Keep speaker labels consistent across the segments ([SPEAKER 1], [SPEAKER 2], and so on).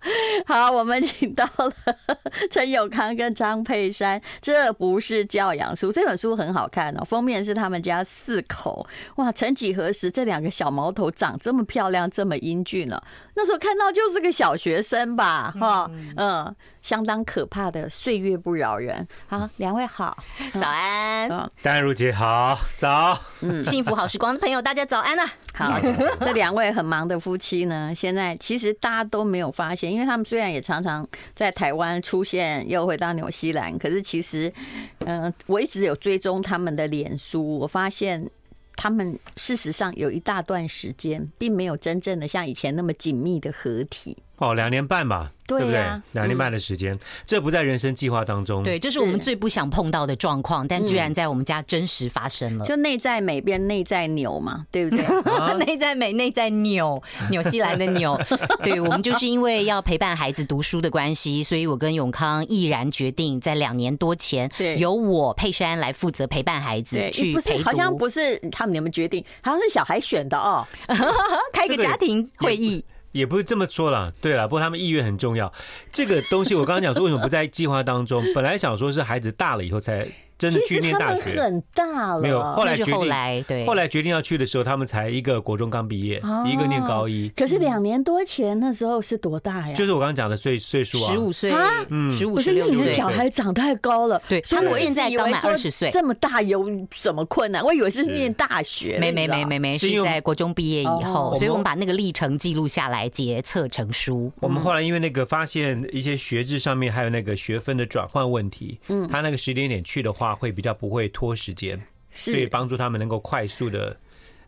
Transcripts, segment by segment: [SPEAKER 1] 好，我们请到了 陈友康跟张佩珊，这不是教养书，这本书很好看哦，封面是他们家四口，哇，曾几何时这两个小毛头长这么漂亮，这么英俊了、那时候看到就是个小学生吧，哈，嗯、相当可怕的岁月不饶人。好，两位好，
[SPEAKER 2] 早安，
[SPEAKER 1] 嗯，
[SPEAKER 3] 丹如姐好，早。
[SPEAKER 2] 幸福好时光的朋友，大家早安啊！
[SPEAKER 1] 好， 这两位很忙的夫妻呢，现在其实大家都没有发现，因为他们虽然也常常在台湾出现，又回到纽西兰，可是其实，嗯、我一直有追踪他们的脸书，我发现。他们事实上有一大段时间，并没有真正的像以前那么紧密的合体。
[SPEAKER 3] 哦，两年半吧，
[SPEAKER 1] 对
[SPEAKER 3] 对不对
[SPEAKER 1] 呀？
[SPEAKER 3] 两年半的时间，这不在人生计划当中。
[SPEAKER 4] 对，，这是我们
[SPEAKER 1] 是
[SPEAKER 4] 最不想碰到的状况，但居然在我们家真实发
[SPEAKER 3] 啊
[SPEAKER 4] 生了。
[SPEAKER 1] 就内在美变内在牛 嘛，对不对？
[SPEAKER 4] 内在美，内在纽，纽西兰的纽。对我们就是因为要陪伴孩子读书的关系，所以我跟永康毅然决定，在两年多前
[SPEAKER 1] 对，
[SPEAKER 4] 由我佩珊来负责陪伴孩子
[SPEAKER 1] 对，
[SPEAKER 4] 去
[SPEAKER 1] 不是
[SPEAKER 4] 陪读，
[SPEAKER 1] 好像不是他们你们决定，好像是小孩选的哦。
[SPEAKER 4] 开一个家庭会议。
[SPEAKER 3] 也不是这么说啦。对啦，不过他们意愿很重要。这个东西我刚刚讲说为什么不在计划当中， 本来想说是孩子大了以后才真的
[SPEAKER 1] 其
[SPEAKER 3] 去
[SPEAKER 1] 实
[SPEAKER 3] 念
[SPEAKER 1] 他
[SPEAKER 3] 大
[SPEAKER 1] 们
[SPEAKER 3] 学，
[SPEAKER 1] 很大了，
[SPEAKER 3] 没有后来
[SPEAKER 4] 那
[SPEAKER 3] 决
[SPEAKER 4] 是后
[SPEAKER 3] 定
[SPEAKER 4] 来对，
[SPEAKER 3] 后来决定要去的时候，他们才一个国中刚毕业，一个念高一，
[SPEAKER 1] 可是两年多前那时候是多大呀？
[SPEAKER 3] 就是我刚刚讲的岁岁数啊，
[SPEAKER 4] 十五岁
[SPEAKER 1] 啊，
[SPEAKER 3] 嗯
[SPEAKER 4] 十五
[SPEAKER 1] 不是
[SPEAKER 4] 十
[SPEAKER 1] 因
[SPEAKER 4] 六
[SPEAKER 1] 为你的
[SPEAKER 4] 岁，
[SPEAKER 1] 小孩长太高了，
[SPEAKER 4] 对
[SPEAKER 1] 所以
[SPEAKER 4] 他
[SPEAKER 1] 我
[SPEAKER 4] 们现在刚满
[SPEAKER 1] 一直以为
[SPEAKER 4] 20岁
[SPEAKER 1] 这么大有什么困难？我以为是念大学，
[SPEAKER 4] 没
[SPEAKER 1] 你
[SPEAKER 4] 没
[SPEAKER 1] 知道
[SPEAKER 4] 没没没，是
[SPEAKER 3] 是因为
[SPEAKER 4] 在国中毕业以
[SPEAKER 1] 哦
[SPEAKER 4] 后，所以我们把那个历程记录下来，结册成书。
[SPEAKER 3] 我们后来因为那个发现一些学制上面还有那个学分的转换问题，嗯，他那个时间点去的话会比较不会拖时间，所以
[SPEAKER 1] 是。
[SPEAKER 3] 帮助他们能够快速的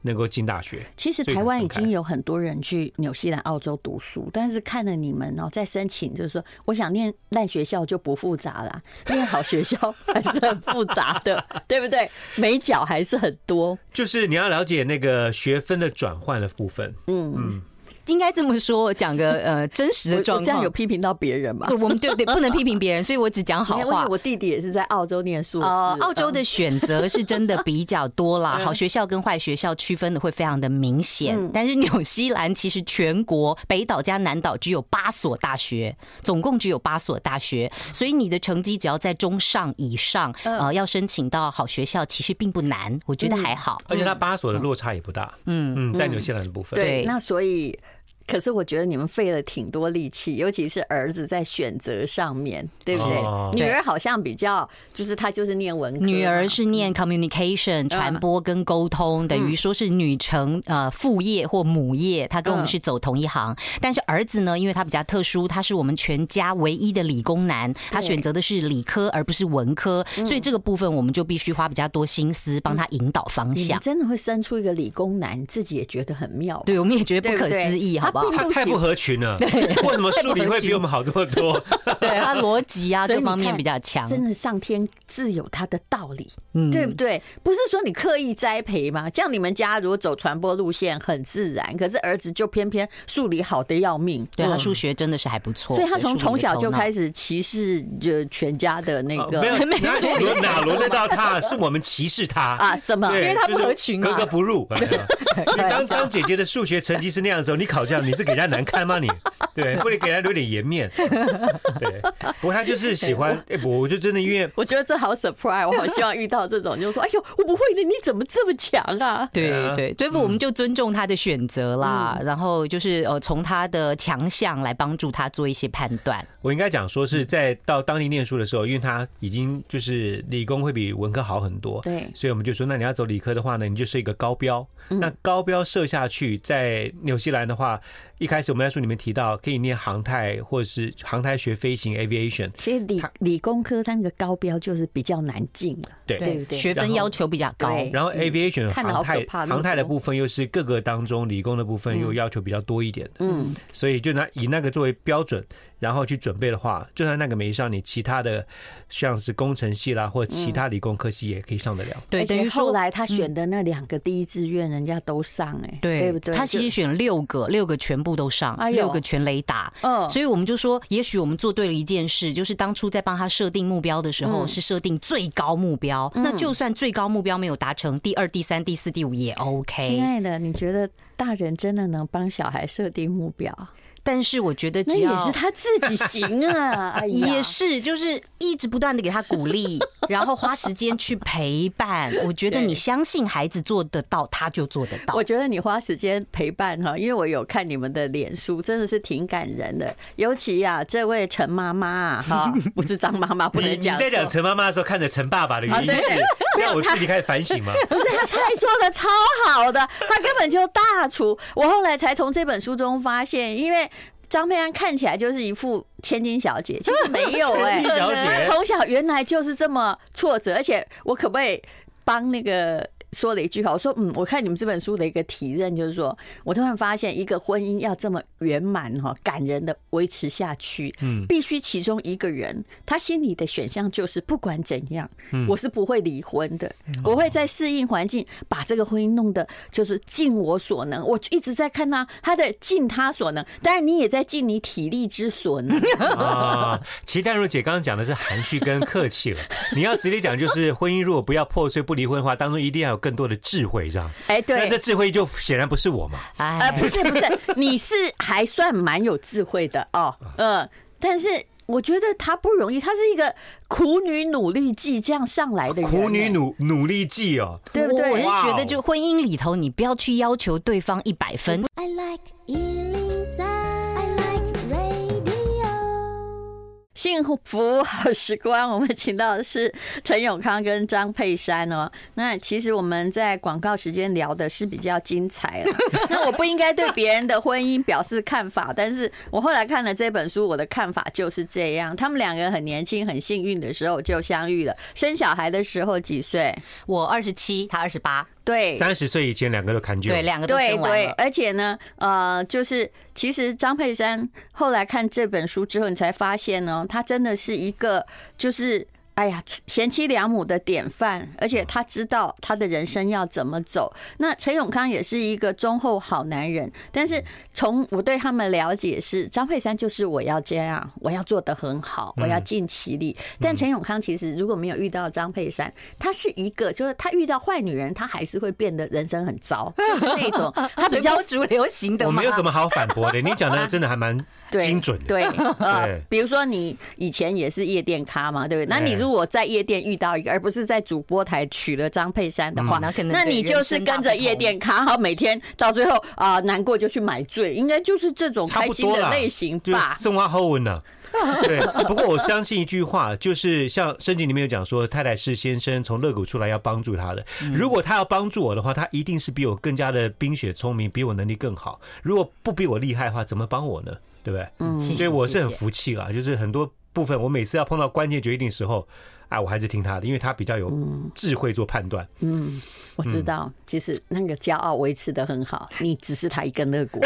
[SPEAKER 3] 能够进大学。
[SPEAKER 1] 其实
[SPEAKER 3] 所以
[SPEAKER 1] 台
[SPEAKER 3] 才
[SPEAKER 1] 湾已
[SPEAKER 3] 分开
[SPEAKER 1] 经有很多人去纽西兰、澳洲读书，但是看了你们哦、在申请，就是说，我想念烂学校就不复杂啦， 念好学校还是很复杂的， 对不对？美角还是很多，
[SPEAKER 3] 就是你要了解那个学分的转换的部分，
[SPEAKER 1] 嗯，
[SPEAKER 4] 应该这么说，讲个 呃真
[SPEAKER 1] 我
[SPEAKER 4] 实的
[SPEAKER 1] 我
[SPEAKER 4] 状
[SPEAKER 1] 这样有
[SPEAKER 4] 况。
[SPEAKER 1] 批评到别人吗
[SPEAKER 4] 对？我们对对，不能批评别人，所以我只讲好
[SPEAKER 1] 因为
[SPEAKER 4] 话。
[SPEAKER 1] 我弟弟也是在澳洲念硕士，
[SPEAKER 4] 呃，澳洲
[SPEAKER 1] 嗯
[SPEAKER 4] 的选择是真的比较多啦，好学校跟坏学校区分的会非常的明显。
[SPEAKER 1] 嗯
[SPEAKER 4] 但是纽西兰其实全国北岛加南岛只有八所大学，总共只有八所大学，所以你的成绩只要在中上以上，
[SPEAKER 1] 嗯
[SPEAKER 4] 呃，要申请到好学校其实并不难，我觉得还好。
[SPEAKER 3] 而且他八所的落差也不大，嗯嗯，在纽西兰的部分，
[SPEAKER 1] 对，
[SPEAKER 4] 对
[SPEAKER 1] 那所以，可是我觉得你们费了挺多力气，尤其是儿子在选择上面，对不对？
[SPEAKER 3] 哦
[SPEAKER 1] 女儿好像比较，就是她就是念文科嘛，
[SPEAKER 4] 女儿是念
[SPEAKER 1] 嗯
[SPEAKER 4] communication 传播跟沟通，等于说是女成呃副业或母业，她跟我们是走同一
[SPEAKER 1] 嗯
[SPEAKER 4] 行。但是儿子呢，因为他比较特殊，他是我们全家唯一的理工男，他选择的是理科而不是文科，
[SPEAKER 1] 嗯
[SPEAKER 4] 所以这个部分我们就必须花比较多心思帮他引导方
[SPEAKER 1] 你
[SPEAKER 4] 向
[SPEAKER 1] 们。真的会生出一个理工男，自己也觉得很妙。
[SPEAKER 4] 对，我们也觉得
[SPEAKER 1] 对不
[SPEAKER 4] 不可
[SPEAKER 1] 对
[SPEAKER 4] 思议，好不 好？
[SPEAKER 1] 他
[SPEAKER 3] 他太不合群了， 为什么数理会比我们好这么 多？
[SPEAKER 4] 对他逻辑啊
[SPEAKER 1] 所以
[SPEAKER 4] 各
[SPEAKER 1] 你
[SPEAKER 4] 方面
[SPEAKER 1] 看
[SPEAKER 4] 比较强，
[SPEAKER 1] 真的上天自有他的道理，
[SPEAKER 4] 嗯
[SPEAKER 1] 对不对？不是说你刻意栽培嘛，像你们家如果走传播路线很自然，可是儿子就偏偏数理好的要命，
[SPEAKER 4] 对他
[SPEAKER 1] 嗯
[SPEAKER 4] 数学真的是还不错，
[SPEAKER 1] 所以他从
[SPEAKER 4] 数理的
[SPEAKER 1] 从小
[SPEAKER 4] 头
[SPEAKER 1] 就
[SPEAKER 4] 脑
[SPEAKER 1] 开始歧视就全家的那个，
[SPEAKER 3] 哦 没有，哪轮哪轮得到他？是我们歧视他
[SPEAKER 1] 啊，怎么？
[SPEAKER 3] 对，
[SPEAKER 4] 因为他不合群嘛
[SPEAKER 3] 就是格格不 入。哎呀因为当当姐姐的数学成绩是那样的时候，你考这样，你是给人家难看吗？你对，不能给人家留点颜面。对，不过他就是喜 欢，哎，我我就真的因为。
[SPEAKER 1] 我觉得这好 surprise，我好希望遇到这种，就是说，哎 呦，我不会的，你怎么这么强啊？嗯
[SPEAKER 3] 对啊
[SPEAKER 4] 对对，对不？我们就尊重他的选择啦，然后就是呃，从他的强项来帮助他做一些判断。
[SPEAKER 3] 我应该讲说
[SPEAKER 1] 嗯
[SPEAKER 3] 是在到当地念书的时候，因为他已经就是理工会比文科好很多，
[SPEAKER 1] 对嗯
[SPEAKER 3] 所以我们就说，那你要走理科的话呢，你就是一个高标。那高标设下去，在纽西兰的话，一开始我们在书里面提到，可以念航太或者是航太学飞行 （aviation），
[SPEAKER 1] 其实理
[SPEAKER 3] 他
[SPEAKER 1] 理工科它那个高标就是比较难进的，
[SPEAKER 3] 对
[SPEAKER 1] 对不对？
[SPEAKER 4] 学
[SPEAKER 3] 然
[SPEAKER 4] 分
[SPEAKER 3] 后
[SPEAKER 4] 要求比较高。
[SPEAKER 1] 对
[SPEAKER 3] 然后 aviation
[SPEAKER 1] 嗯看得好
[SPEAKER 3] 航太
[SPEAKER 1] 可怕那么
[SPEAKER 3] 航太的
[SPEAKER 1] 多
[SPEAKER 3] 部分又是各个当中理工的部分又要求比较多一点的，
[SPEAKER 1] 嗯，
[SPEAKER 3] 所以就拿以那个作为标准，然后去准备的话，就算那个没上，你其他的像是工程系啦或其
[SPEAKER 1] 嗯
[SPEAKER 3] 他理工科系也可以上得了。
[SPEAKER 4] 对，
[SPEAKER 1] 而且
[SPEAKER 4] 等于
[SPEAKER 1] 后
[SPEAKER 4] 说。
[SPEAKER 1] 来他选的那两个第一志愿，人家都上哎、嗯对
[SPEAKER 4] 对
[SPEAKER 1] 不对？
[SPEAKER 4] 他其实
[SPEAKER 1] 实
[SPEAKER 4] 选六个，六个全部都上，
[SPEAKER 1] 哎呦
[SPEAKER 4] 六个全雷达。
[SPEAKER 1] 嗯
[SPEAKER 4] 所以我们就说，也许我们做对了一件事，就是当初在帮他设定目标的时候，
[SPEAKER 1] 嗯
[SPEAKER 4] 是设定最高目标。那就算最高目标没有达成，第二、第三、第
[SPEAKER 1] 啊
[SPEAKER 4] 四、第五也 OK。
[SPEAKER 1] 亲爱的，你觉得大人真的能帮小孩设定目标？
[SPEAKER 4] 但是我觉得
[SPEAKER 1] 那
[SPEAKER 4] 只要
[SPEAKER 1] 也是他自己行 啊，哎呀，
[SPEAKER 4] 也是，就是一直不断的给他鼓 励，然后花时间去陪伴。我觉得
[SPEAKER 1] 对
[SPEAKER 4] 你相信孩子做得到，他就做得到
[SPEAKER 1] 我。觉得你花时间陪伴哈，因为我有看你们的脸书，真的是挺感人的。尤其呀、这位陈妈妈啊 哈，不是张妈妈，不
[SPEAKER 3] 你
[SPEAKER 1] 能
[SPEAKER 3] 你
[SPEAKER 1] 讲错。
[SPEAKER 3] 在讲陈妈妈的时候，看着陈爸爸的原因
[SPEAKER 1] 啊对
[SPEAKER 3] 是让我自己开始 反省吗？
[SPEAKER 1] 不是他菜做的超好的，他根本就大厨。我后来才从这本书中发现，因为。张佩安看起来就是一副千金小姐，其实没 有哎、
[SPEAKER 3] 千金小姐
[SPEAKER 1] 她从小原来就是这么挫折，而且我可不可以帮那个说了一句话？我说嗯，我看你们这本书的一个体认就是说，我突然发现一个婚姻要这么圆满哈、感人的维持下去，
[SPEAKER 3] 嗯
[SPEAKER 1] 必须其中一个人他心里的选项就是不管怎样，
[SPEAKER 3] 嗯
[SPEAKER 1] 我是不会离婚的，我会在适应环境，把这个婚姻弄得就是尽我所能。我一直在看他他的尽他所能，当然你也在尽你体力之所 能。
[SPEAKER 3] 啊，其实淡如姐刚刚讲的是含蓄跟客气了，你要直接讲就是婚姻如果不要破碎不离婚的话，当中一定要有更多的智慧这样。
[SPEAKER 1] 哎，
[SPEAKER 3] 那这
[SPEAKER 1] 对，
[SPEAKER 3] 智慧就显然不是我嘛。
[SPEAKER 1] 呃，
[SPEAKER 4] 哎，
[SPEAKER 1] 不是不是，你是还算蛮有智慧的 哦，嗯，但是。我觉得她不容易，她是一个苦女努力记这样上来的人，
[SPEAKER 3] 苦女，努努力记哦，
[SPEAKER 1] 对不
[SPEAKER 4] 我我
[SPEAKER 1] 对
[SPEAKER 4] 是？觉得，就婚姻里头，你不要去要求对方一百分，
[SPEAKER 5] I like Ealing Sound. I like radio.
[SPEAKER 1] 幸福好时光，我们请到的是陈永康跟张佩珊哦。 那其实我们在广告时间聊的是比较精彩了。 那我不应该对别人的婚姻表示看法，但是我后来看了这本书，我的看法就是这样。他们两个很年轻、很幸运的时候就相遇了，生小孩的时候几岁？
[SPEAKER 4] 我二十七，他二十八，
[SPEAKER 1] 对，
[SPEAKER 3] 三十岁以前两个都砍酒，
[SPEAKER 4] 对，两个都
[SPEAKER 1] 对
[SPEAKER 4] 生完
[SPEAKER 1] 对，
[SPEAKER 4] 了。
[SPEAKER 1] 而且呢，呃，就是其实张佩珊后来看这本书之后，你才发现呢，她真的是一个就是。哎呀，贤妻良母的典范，而且她知道她的人生要怎么走。那陈永康也是一个忠厚好男人，但是从我对他们了解是，张佩珊就是我要这样，我要做得很好，我要尽其力。但陈永康其实如果没有遇到张佩珊，他是一个，就是他遇到坏女人，他还是会变得人生很糟，就是那种他比
[SPEAKER 4] 随
[SPEAKER 1] 较
[SPEAKER 4] 波逐流型的
[SPEAKER 3] 我
[SPEAKER 4] 嘛，
[SPEAKER 3] 没有什么好反 驳的，你讲的真的还蛮
[SPEAKER 1] 对
[SPEAKER 3] 精准的。
[SPEAKER 1] 对，呃
[SPEAKER 3] 对，
[SPEAKER 1] 比如说你以前也是夜店咖嘛，对不对？那
[SPEAKER 3] 对
[SPEAKER 1] 你如果在夜店遇到一个，而不是在主播台娶了张佩珊的话
[SPEAKER 4] 嗯那可，能
[SPEAKER 1] 那
[SPEAKER 4] 对
[SPEAKER 1] 你就是跟着夜店咖，然后每天到最后啊、难过就去买醉，应该就是这种
[SPEAKER 3] 差
[SPEAKER 1] 开
[SPEAKER 3] 不
[SPEAKER 1] 心
[SPEAKER 3] 多
[SPEAKER 1] 的
[SPEAKER 3] 啦，
[SPEAKER 1] 类型
[SPEAKER 3] 就是嗯
[SPEAKER 1] 吧？
[SPEAKER 3] 送花后 文呢、对，不过我相信一句话，就是像圣经里面有讲说，太太是先生从乐谷出来要帮助他的。
[SPEAKER 1] 嗯
[SPEAKER 3] 如果他要帮助我的话，他一定是比我更加的冰雪聪明，比我能力更好。如果不比我厉害的话，怎么帮我呢？对不对？
[SPEAKER 1] 嗯
[SPEAKER 4] 谢谢
[SPEAKER 3] 所以我是很服气啦，就是很多部分，我每次要碰到关键决定的时候，啊，我还是听他的，因为他比较有
[SPEAKER 4] 嗯
[SPEAKER 3] 智慧做判断。
[SPEAKER 1] 嗯，我知道，其实那个骄傲维持的很好，你只是他一根肋 骨。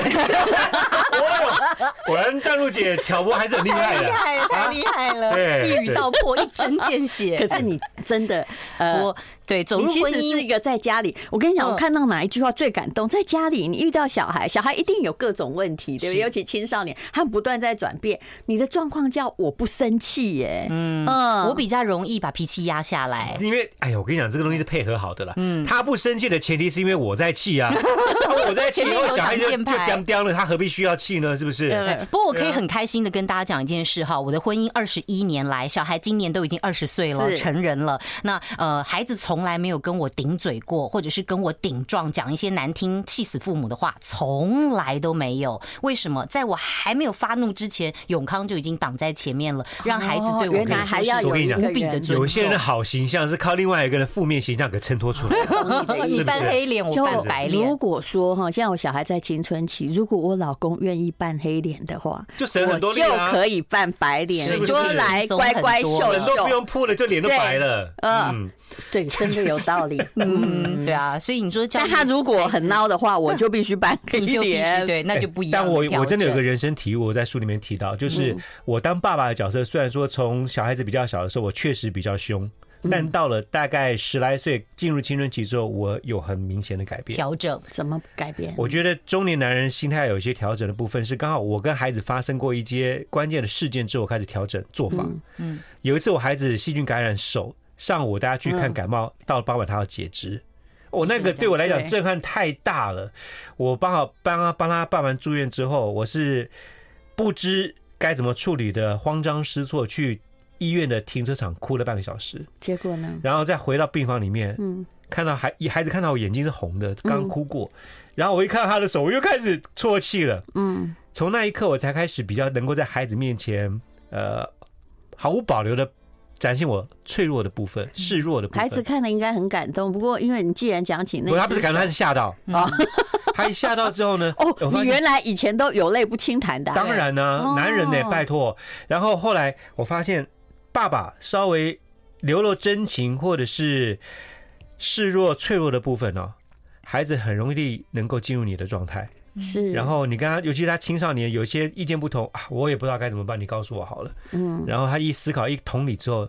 [SPEAKER 3] 果然，淡如姐挑拨还是很厉害的。
[SPEAKER 4] 害了，太 厉害了哎
[SPEAKER 3] 对
[SPEAKER 4] 一语道破，一针见
[SPEAKER 1] 可
[SPEAKER 4] 血。
[SPEAKER 1] 是你真的，呃，
[SPEAKER 4] 我对走入
[SPEAKER 1] 你其
[SPEAKER 4] 婚
[SPEAKER 1] 实是一
[SPEAKER 4] 姻，
[SPEAKER 1] 个在家里，我跟你讲，
[SPEAKER 4] 嗯
[SPEAKER 1] 我看到哪一句话最感动？在家里，你遇到小孩，小孩一定有各种问题，对不对？
[SPEAKER 4] 是
[SPEAKER 1] 尤其青少年，他们不断在转变。你的状况叫我不生气耶，嗯
[SPEAKER 4] 我比较容易把脾气压下来。
[SPEAKER 3] 因为哎呀，我跟你讲，这个东西是配合好的啦。嗯，他不生气的前提是因为我在气 啊，那我在气，
[SPEAKER 4] 前面
[SPEAKER 3] 然
[SPEAKER 4] 有
[SPEAKER 3] 后小孩就
[SPEAKER 4] 挡
[SPEAKER 3] 就
[SPEAKER 4] 箭牌
[SPEAKER 3] 叼叼了，他何必需要气呢？是不是？
[SPEAKER 4] 哎
[SPEAKER 1] 呃
[SPEAKER 4] 不过我可以很开心的跟大家讲一件事哈，我的婚姻二十一年来，小孩今年都已经二十岁了，
[SPEAKER 1] 是
[SPEAKER 4] 成人了。那呃，孩子从来没有跟我顶嘴过，或者是跟我顶撞，讲一些难听、气死父母的话，从来都没有。为什么？在我还没有发怒之前，永康就已经挡在前面了，让孩子对我
[SPEAKER 1] 哦原来还要
[SPEAKER 3] 我
[SPEAKER 1] 有
[SPEAKER 3] 跟你
[SPEAKER 1] 一
[SPEAKER 3] 讲
[SPEAKER 1] 个
[SPEAKER 4] 无比的
[SPEAKER 1] 人
[SPEAKER 4] 尊
[SPEAKER 3] 有些人的好形象是靠另外一个人的负面形象给衬托出来的。
[SPEAKER 1] 哦懂你的意
[SPEAKER 3] 是
[SPEAKER 4] 你
[SPEAKER 1] 思
[SPEAKER 3] 不
[SPEAKER 4] 扮
[SPEAKER 3] 是
[SPEAKER 4] 黑脸，我
[SPEAKER 1] 就
[SPEAKER 4] 扮白
[SPEAKER 1] 如
[SPEAKER 4] 脸。
[SPEAKER 1] 果说哈，像我小孩在青春期，如果我老公愿意扮黑脸的话，
[SPEAKER 3] 就省很多
[SPEAKER 1] 我
[SPEAKER 3] 力
[SPEAKER 1] 就
[SPEAKER 3] 啊
[SPEAKER 1] 可以扮白
[SPEAKER 3] 是
[SPEAKER 1] 脸，
[SPEAKER 3] 不
[SPEAKER 1] 说
[SPEAKER 3] 是
[SPEAKER 1] 来
[SPEAKER 4] 轻松
[SPEAKER 1] 乖
[SPEAKER 4] 很
[SPEAKER 1] 乖
[SPEAKER 4] 多
[SPEAKER 1] 秀
[SPEAKER 3] 人都不
[SPEAKER 1] 秀，
[SPEAKER 3] 用扑了，就脸都白了。嗯，
[SPEAKER 1] 对，真的有道 理。
[SPEAKER 4] 嗯，对啊，所以你说教
[SPEAKER 1] 但
[SPEAKER 4] 育
[SPEAKER 1] 他如果很孬的话，我就必须扮黑
[SPEAKER 4] 你就必须
[SPEAKER 1] 脸。
[SPEAKER 4] 对，那就不一样
[SPEAKER 3] 哎但
[SPEAKER 4] 的
[SPEAKER 3] 我
[SPEAKER 4] 调整。嗯
[SPEAKER 3] 我真的有个人生体悟，我在书里面提到，就是我当爸爸的角色，虽然说从小孩子比较小的时候，我确实比较凶，
[SPEAKER 4] 嗯
[SPEAKER 3] 但到了大概十来岁进入青春期之后，我有很明显的改
[SPEAKER 1] 嗯
[SPEAKER 3] 变。
[SPEAKER 4] 调整，
[SPEAKER 1] 怎么改变？
[SPEAKER 3] 我觉得中年男人心态有一些调整的部分是，刚好我跟孩子发生过一些关键的事件之后，我开始调整做法。嗯，有一次我孩子细菌感染手，上午我带他去看
[SPEAKER 1] 嗯
[SPEAKER 3] 感冒，到了傍晚他要截肢。我、那个对我来讲
[SPEAKER 1] 对
[SPEAKER 3] 震撼太大了，我帮好帮他帮他办完住院之后，我是不知该怎么处理的慌张失措，去医院的停车场哭了半个小时，
[SPEAKER 1] 结果呢？
[SPEAKER 3] 然后再回到病房里面，
[SPEAKER 1] 嗯，
[SPEAKER 3] 看到孩孩子看到我眼睛是红的，刚哭过，然后我一看到他的手，我又开始啜泣了。
[SPEAKER 1] 嗯，
[SPEAKER 3] 从那一刻，我才开始比较能够在孩子面前，呃，毫无保留的展现我脆弱的部分、示弱的部
[SPEAKER 1] 嗯
[SPEAKER 3] 分。
[SPEAKER 1] 孩子看了应该很感动。不过，因为你既然讲起那
[SPEAKER 3] 不，
[SPEAKER 1] 只手，
[SPEAKER 3] 他不是感动，他是吓到。
[SPEAKER 4] 嗯
[SPEAKER 1] 哦，
[SPEAKER 3] 他一吓到之后呢我
[SPEAKER 1] 哦，
[SPEAKER 3] 发
[SPEAKER 1] 你
[SPEAKER 3] 现
[SPEAKER 1] 原来以前都有泪不轻弹的啊，
[SPEAKER 3] 当然呢、
[SPEAKER 1] 哦
[SPEAKER 3] 男人呢、拜托。然后后来我发现，爸爸稍微流露真情或者是示弱、脆弱的部分哦，孩子很容易能够进入你的状态。
[SPEAKER 1] 是。
[SPEAKER 4] 嗯
[SPEAKER 3] 然后你跟他，尤其他青少年有些意见不同啊，我也不知道该怎么办，你告诉我好了。
[SPEAKER 1] 嗯，
[SPEAKER 3] 然后他一思考一同理之后，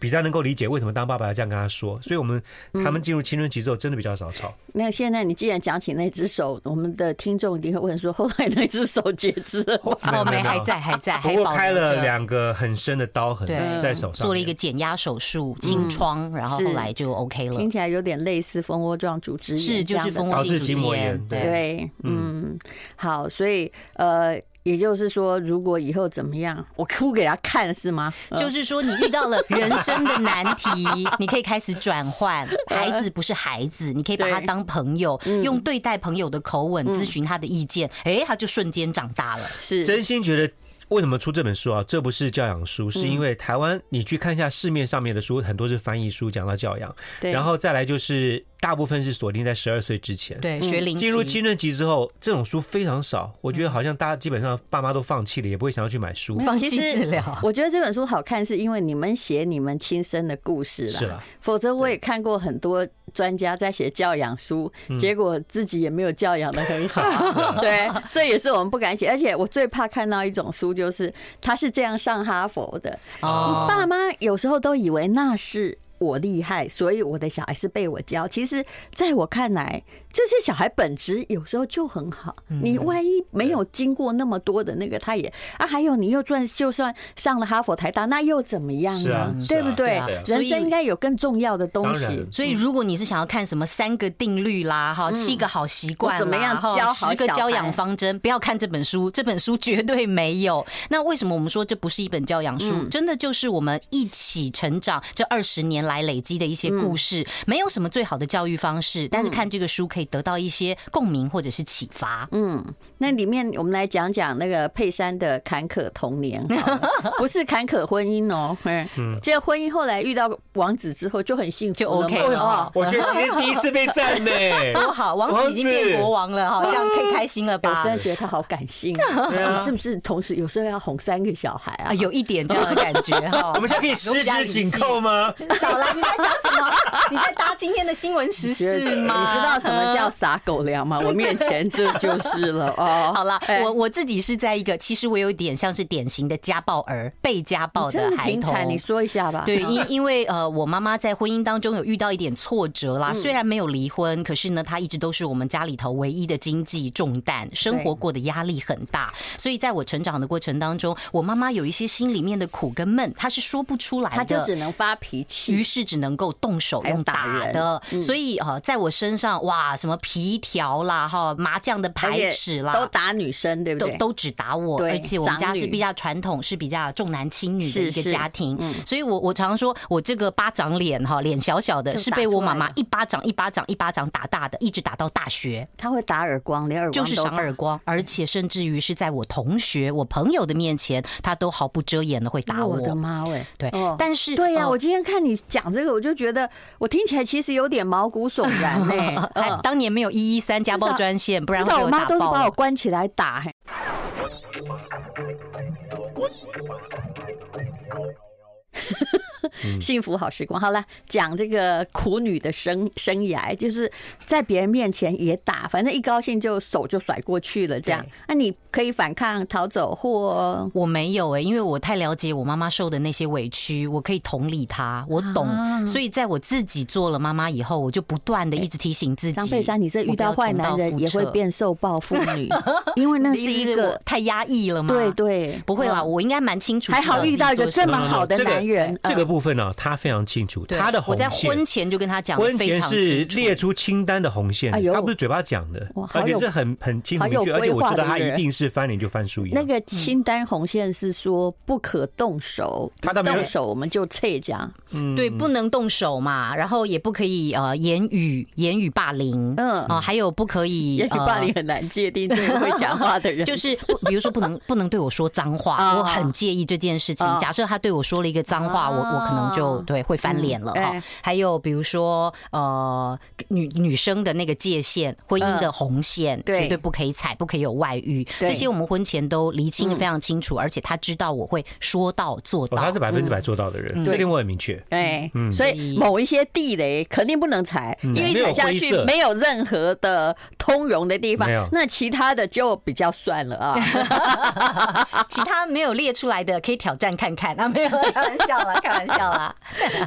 [SPEAKER 3] 比较能够理解为什么当爸爸要这样跟他说。所以我们他们进入青春期之后，真的比较少吵。
[SPEAKER 1] 那现在你既然讲起那只手，我们的听众一定会问说，后来那只手截肢了吗？
[SPEAKER 3] 啊
[SPEAKER 4] 哦，没，还在，还在，
[SPEAKER 3] 不
[SPEAKER 4] 还
[SPEAKER 3] 过
[SPEAKER 4] 保
[SPEAKER 3] 开
[SPEAKER 4] 留
[SPEAKER 3] 了
[SPEAKER 4] 着。
[SPEAKER 3] 两个很深的刀痕
[SPEAKER 4] 对
[SPEAKER 3] 在手上，
[SPEAKER 4] 做了一个。减压手术，
[SPEAKER 3] 嗯
[SPEAKER 4] 清创，然后
[SPEAKER 1] 是
[SPEAKER 4] 后来就 OK 了
[SPEAKER 1] 听。起来有点类似蜂窝状组织炎
[SPEAKER 4] 是，
[SPEAKER 1] 这
[SPEAKER 4] 就
[SPEAKER 1] 样
[SPEAKER 4] 是
[SPEAKER 1] 的
[SPEAKER 4] 蜂窝
[SPEAKER 3] 导致
[SPEAKER 4] 性
[SPEAKER 3] 筋
[SPEAKER 4] 组
[SPEAKER 3] 膜
[SPEAKER 4] 织炎
[SPEAKER 3] 炎，
[SPEAKER 4] 对，
[SPEAKER 1] 对，嗯，好，所以呃，也就是说，如果以后怎么样，我哭给他看是吗？嗯
[SPEAKER 4] 就是是说你遇到了人生的难 题，你可以开始转换，孩子不是孩子，你可以把他
[SPEAKER 1] 嗯对
[SPEAKER 4] 当朋友，
[SPEAKER 1] 嗯
[SPEAKER 4] 用对待朋友的口吻咨询他的意见，哎，他就瞬间长大了。
[SPEAKER 1] 是
[SPEAKER 3] 真心觉
[SPEAKER 4] 嗯
[SPEAKER 3] 得。为什么出这本书啊？这不是教养书，是因为台湾你去看一下市面上面的书，很多是翻译书讲到教养，
[SPEAKER 1] 对，
[SPEAKER 3] 然后再来就是大部分是锁定在十二岁之前。
[SPEAKER 4] 对，
[SPEAKER 1] 嗯
[SPEAKER 4] 学龄
[SPEAKER 3] 进入
[SPEAKER 4] 期
[SPEAKER 3] 青春期之后，这种书非常少，我觉得好像大家基本上爸妈都放弃了，也不会想要去买书
[SPEAKER 1] 没。有
[SPEAKER 4] 放
[SPEAKER 1] 其
[SPEAKER 4] 弃
[SPEAKER 1] 实
[SPEAKER 4] 治疗。
[SPEAKER 1] 我觉得这本书好看，是因为你们写你们亲身的故事了。
[SPEAKER 3] 是啦，
[SPEAKER 1] 否则我也看过很多专家在写教养书，
[SPEAKER 3] 嗯
[SPEAKER 1] 结果自己也没有教养的很 好。对，这也是我们不敢写。而且我最怕看到一种书，就是他是这样上哈佛的，
[SPEAKER 4] 哦
[SPEAKER 1] 爸妈有时候都以为那是我厉害，所以我的小孩是被我教。其实，在我看来，这些小孩本质有时候就很好。
[SPEAKER 3] 嗯
[SPEAKER 1] 你万一没有经过那么多的那个，他也啊，还有你又赚，就算上了哈佛、台大，那又怎么样
[SPEAKER 3] 是啊
[SPEAKER 1] 呢？
[SPEAKER 3] 是啊
[SPEAKER 1] 对不对
[SPEAKER 3] 是啊对啊？
[SPEAKER 1] 人
[SPEAKER 4] 所
[SPEAKER 1] 生
[SPEAKER 4] 以
[SPEAKER 1] 应该有更重要的东
[SPEAKER 3] 当
[SPEAKER 1] 西
[SPEAKER 3] 然。
[SPEAKER 4] 所以，如果你是想要看什么三个定律啦，哈，七个好习
[SPEAKER 1] 嗯
[SPEAKER 4] 惯
[SPEAKER 1] 我怎么
[SPEAKER 4] 啦，
[SPEAKER 1] 样
[SPEAKER 4] 哈
[SPEAKER 1] 教好
[SPEAKER 4] 十个
[SPEAKER 1] 小
[SPEAKER 4] 教
[SPEAKER 1] 孩
[SPEAKER 4] 养方针，不要看这本书，这本书绝对没有。那为什么我们说这不是一本教养书？
[SPEAKER 1] 嗯
[SPEAKER 4] 真的就是我们一起成长这二十年来累积的一些故
[SPEAKER 1] 嗯
[SPEAKER 4] 事，没有什么最好的教育方式，但是看这个书可以得到一些共鸣或者是启发。
[SPEAKER 1] 嗯，那里面我们来讲讲那个佩珊的坎坷童 年好了，不是坎坷婚姻哦。嗯，这婚姻后来遇到王子之后就很幸福
[SPEAKER 4] 就
[SPEAKER 1] 了嘛
[SPEAKER 4] OK 了
[SPEAKER 1] 哦
[SPEAKER 3] 我觉得今天第一次被赞 美，
[SPEAKER 4] 多哦好，王子已经变国王了哈，这样可以开心了
[SPEAKER 1] 我
[SPEAKER 4] 吧？
[SPEAKER 1] 哦真的觉得他好感性、 啊，
[SPEAKER 3] 对啊
[SPEAKER 1] 你是不是同时有时候要哄三个小孩啊？
[SPEAKER 4] 啊，有一点这样的感觉哈。
[SPEAKER 3] 我们现在可以十指紧扣吗？
[SPEAKER 4] 少来，你在讲什么？你在搭今天的新闻时事吗？嗯
[SPEAKER 1] 你知道什么叫撒狗粮吗？我面前这就是了哦。
[SPEAKER 4] 好啦，
[SPEAKER 1] 哎
[SPEAKER 4] 我我自己是在一个，其实我有点像是典型的家暴儿，被家暴
[SPEAKER 1] 真的
[SPEAKER 4] 孩
[SPEAKER 1] 挺惨，
[SPEAKER 4] 童
[SPEAKER 1] 你。说一下吧。
[SPEAKER 4] 对，
[SPEAKER 1] 嗯
[SPEAKER 4] 因 因为呃，我妈妈在婚姻当中有遇到一点挫折啦，虽然没有离婚，可是呢，她一直都是我们家里头唯一的经济重担，生活过的压力很大，所以在我成长的过程当中，我妈妈有一些心里面的苦跟闷，她是说不出来的，
[SPEAKER 1] 他就只能发脾
[SPEAKER 4] 于
[SPEAKER 1] 气，
[SPEAKER 4] 是只能够动手
[SPEAKER 1] 还有
[SPEAKER 4] 用
[SPEAKER 1] 打
[SPEAKER 4] 打
[SPEAKER 1] 人嗯
[SPEAKER 4] 的，所以呃，在我身上哇，什么皮条啦，哈，麻将的
[SPEAKER 1] 而
[SPEAKER 4] 牌
[SPEAKER 1] 且
[SPEAKER 4] 尺
[SPEAKER 1] 都
[SPEAKER 4] 啦。
[SPEAKER 1] 打女生，对不
[SPEAKER 4] 都
[SPEAKER 1] 对？
[SPEAKER 4] 都只打我，
[SPEAKER 1] 对
[SPEAKER 4] 而且我们家
[SPEAKER 1] 长
[SPEAKER 4] 是
[SPEAKER 1] 女
[SPEAKER 4] 比较传统，是比较重男轻女的
[SPEAKER 1] 是
[SPEAKER 4] 一个
[SPEAKER 1] 是
[SPEAKER 4] 家庭，
[SPEAKER 1] 嗯
[SPEAKER 4] 所以我我常说，我这个巴掌脸哈，脸小小的，
[SPEAKER 1] 就是打
[SPEAKER 4] 被我
[SPEAKER 1] 出来
[SPEAKER 4] 妈妈
[SPEAKER 1] 了
[SPEAKER 4] 一巴掌一巴掌一巴掌打大的，一直打到大学。
[SPEAKER 1] 他会打耳光，连耳光
[SPEAKER 4] 就是
[SPEAKER 1] 都
[SPEAKER 4] 赏
[SPEAKER 1] 打。
[SPEAKER 4] 耳光，而且甚至于是在我同学、我朋友的面前，他都毫不遮掩的会打
[SPEAKER 1] 我的
[SPEAKER 4] 我。
[SPEAKER 1] 妈喂！
[SPEAKER 4] 对
[SPEAKER 1] 哦，
[SPEAKER 4] 但是
[SPEAKER 1] 对呀、
[SPEAKER 4] 呃
[SPEAKER 1] 我今天看你讲这个，我就觉得我听起来其实有点毛骨悚然呢、
[SPEAKER 4] 还
[SPEAKER 1] 嗯
[SPEAKER 4] 当年没有一一三家暴专线，不然
[SPEAKER 1] 至
[SPEAKER 4] 会
[SPEAKER 1] 少
[SPEAKER 4] 被
[SPEAKER 1] 我
[SPEAKER 4] 我
[SPEAKER 1] 妈
[SPEAKER 4] 打
[SPEAKER 1] 都是
[SPEAKER 4] 爆
[SPEAKER 1] 把我
[SPEAKER 4] 了。
[SPEAKER 1] 关起来打、嘿 幸福好时光，好了，讲这个苦女的生生涯，就是在别人面前也打，反正一高兴就手就甩过去了，这样
[SPEAKER 4] 对。
[SPEAKER 1] 那、你可以反抗、逃走或
[SPEAKER 4] 我没有哎、因为我太了解我妈妈受的那些委屈，我可以同理她，我懂。
[SPEAKER 1] 啊
[SPEAKER 4] 所以在我自己做了妈妈以后，我就不断的一直提醒自己。
[SPEAKER 1] 哎张佩珊，你这遇到坏男人也会变受暴妇 女，因为那
[SPEAKER 4] 我
[SPEAKER 1] 是
[SPEAKER 4] 不
[SPEAKER 1] 一
[SPEAKER 4] 要重蹈覆辙，你
[SPEAKER 1] 个
[SPEAKER 4] 我太压抑了吗？
[SPEAKER 1] 对，对，
[SPEAKER 4] 不会啦，
[SPEAKER 1] 嗯
[SPEAKER 4] 我应该蛮清楚。
[SPEAKER 1] 还好遇到一个这
[SPEAKER 3] 不
[SPEAKER 1] 么
[SPEAKER 3] 能
[SPEAKER 1] 好的
[SPEAKER 3] 这个
[SPEAKER 1] 男人，
[SPEAKER 3] 这个
[SPEAKER 1] 嗯
[SPEAKER 3] 部分呢、他非常清楚，
[SPEAKER 4] 对
[SPEAKER 3] 他的
[SPEAKER 4] 我
[SPEAKER 3] 红
[SPEAKER 4] 在
[SPEAKER 3] 线
[SPEAKER 4] 婚前就跟他讲得
[SPEAKER 3] 婚
[SPEAKER 4] 非
[SPEAKER 3] 前
[SPEAKER 4] 常
[SPEAKER 3] 是
[SPEAKER 4] 清楚
[SPEAKER 3] 列出清单的红线，
[SPEAKER 1] 哎呦
[SPEAKER 3] 他不是嘴巴讲的
[SPEAKER 1] 哇，好
[SPEAKER 3] 而且
[SPEAKER 1] 有
[SPEAKER 3] 是很很清楚
[SPEAKER 1] 好
[SPEAKER 3] 明
[SPEAKER 1] 有
[SPEAKER 3] 确，而且我觉
[SPEAKER 1] 规
[SPEAKER 3] 得
[SPEAKER 1] 划
[SPEAKER 3] 他
[SPEAKER 1] 的
[SPEAKER 3] 一
[SPEAKER 1] 人
[SPEAKER 3] 定是翻脸就翻书一
[SPEAKER 1] 那
[SPEAKER 3] 样。
[SPEAKER 4] 嗯
[SPEAKER 1] 个清单红线是说不可动手，
[SPEAKER 3] 他
[SPEAKER 1] 一
[SPEAKER 3] 倒没有
[SPEAKER 1] 动手我们就撤家。
[SPEAKER 3] 嗯
[SPEAKER 4] 对，不能动手嘛，然后也不可以呃言语言语霸凌，
[SPEAKER 1] 嗯
[SPEAKER 4] 嗯，哦，还有不可以
[SPEAKER 1] 也许霸凌
[SPEAKER 4] 呃
[SPEAKER 1] 很难界定，对会讲话的人
[SPEAKER 4] 哦就是不，比如说不能不能对我说脏
[SPEAKER 1] 啊
[SPEAKER 4] 话，我很介意这件事情
[SPEAKER 1] 啊。
[SPEAKER 4] 假设他对我说了一个脏话，我我可能就
[SPEAKER 1] 啊
[SPEAKER 4] 对会翻脸了
[SPEAKER 1] 嗯
[SPEAKER 4] 哈
[SPEAKER 1] 哎。
[SPEAKER 4] 还有比如说呃，女女生的那个界限，婚姻的红线，
[SPEAKER 1] 嗯对
[SPEAKER 4] 绝对不可以踩，不可以有外遇，
[SPEAKER 1] 对嗯
[SPEAKER 4] 这些我们婚前都厘清的非常清楚，而且他知道我会说到做
[SPEAKER 3] 哦，
[SPEAKER 4] 到。
[SPEAKER 3] 他是百分之百做到的人，这
[SPEAKER 1] 嗯对
[SPEAKER 3] 点我很明确。
[SPEAKER 1] 哎，
[SPEAKER 3] 嗯
[SPEAKER 1] 所以某一些地雷肯定不能踩，因为
[SPEAKER 3] 没有
[SPEAKER 1] 踩下
[SPEAKER 3] 灰
[SPEAKER 1] 去
[SPEAKER 3] 色
[SPEAKER 1] 没有任何的通融的地方
[SPEAKER 3] 没有，
[SPEAKER 1] 那其他的就比较算了 啊。
[SPEAKER 4] 其他没有列出来的可以挑战看看啊，没有开玩笑啦，开玩笑 啦。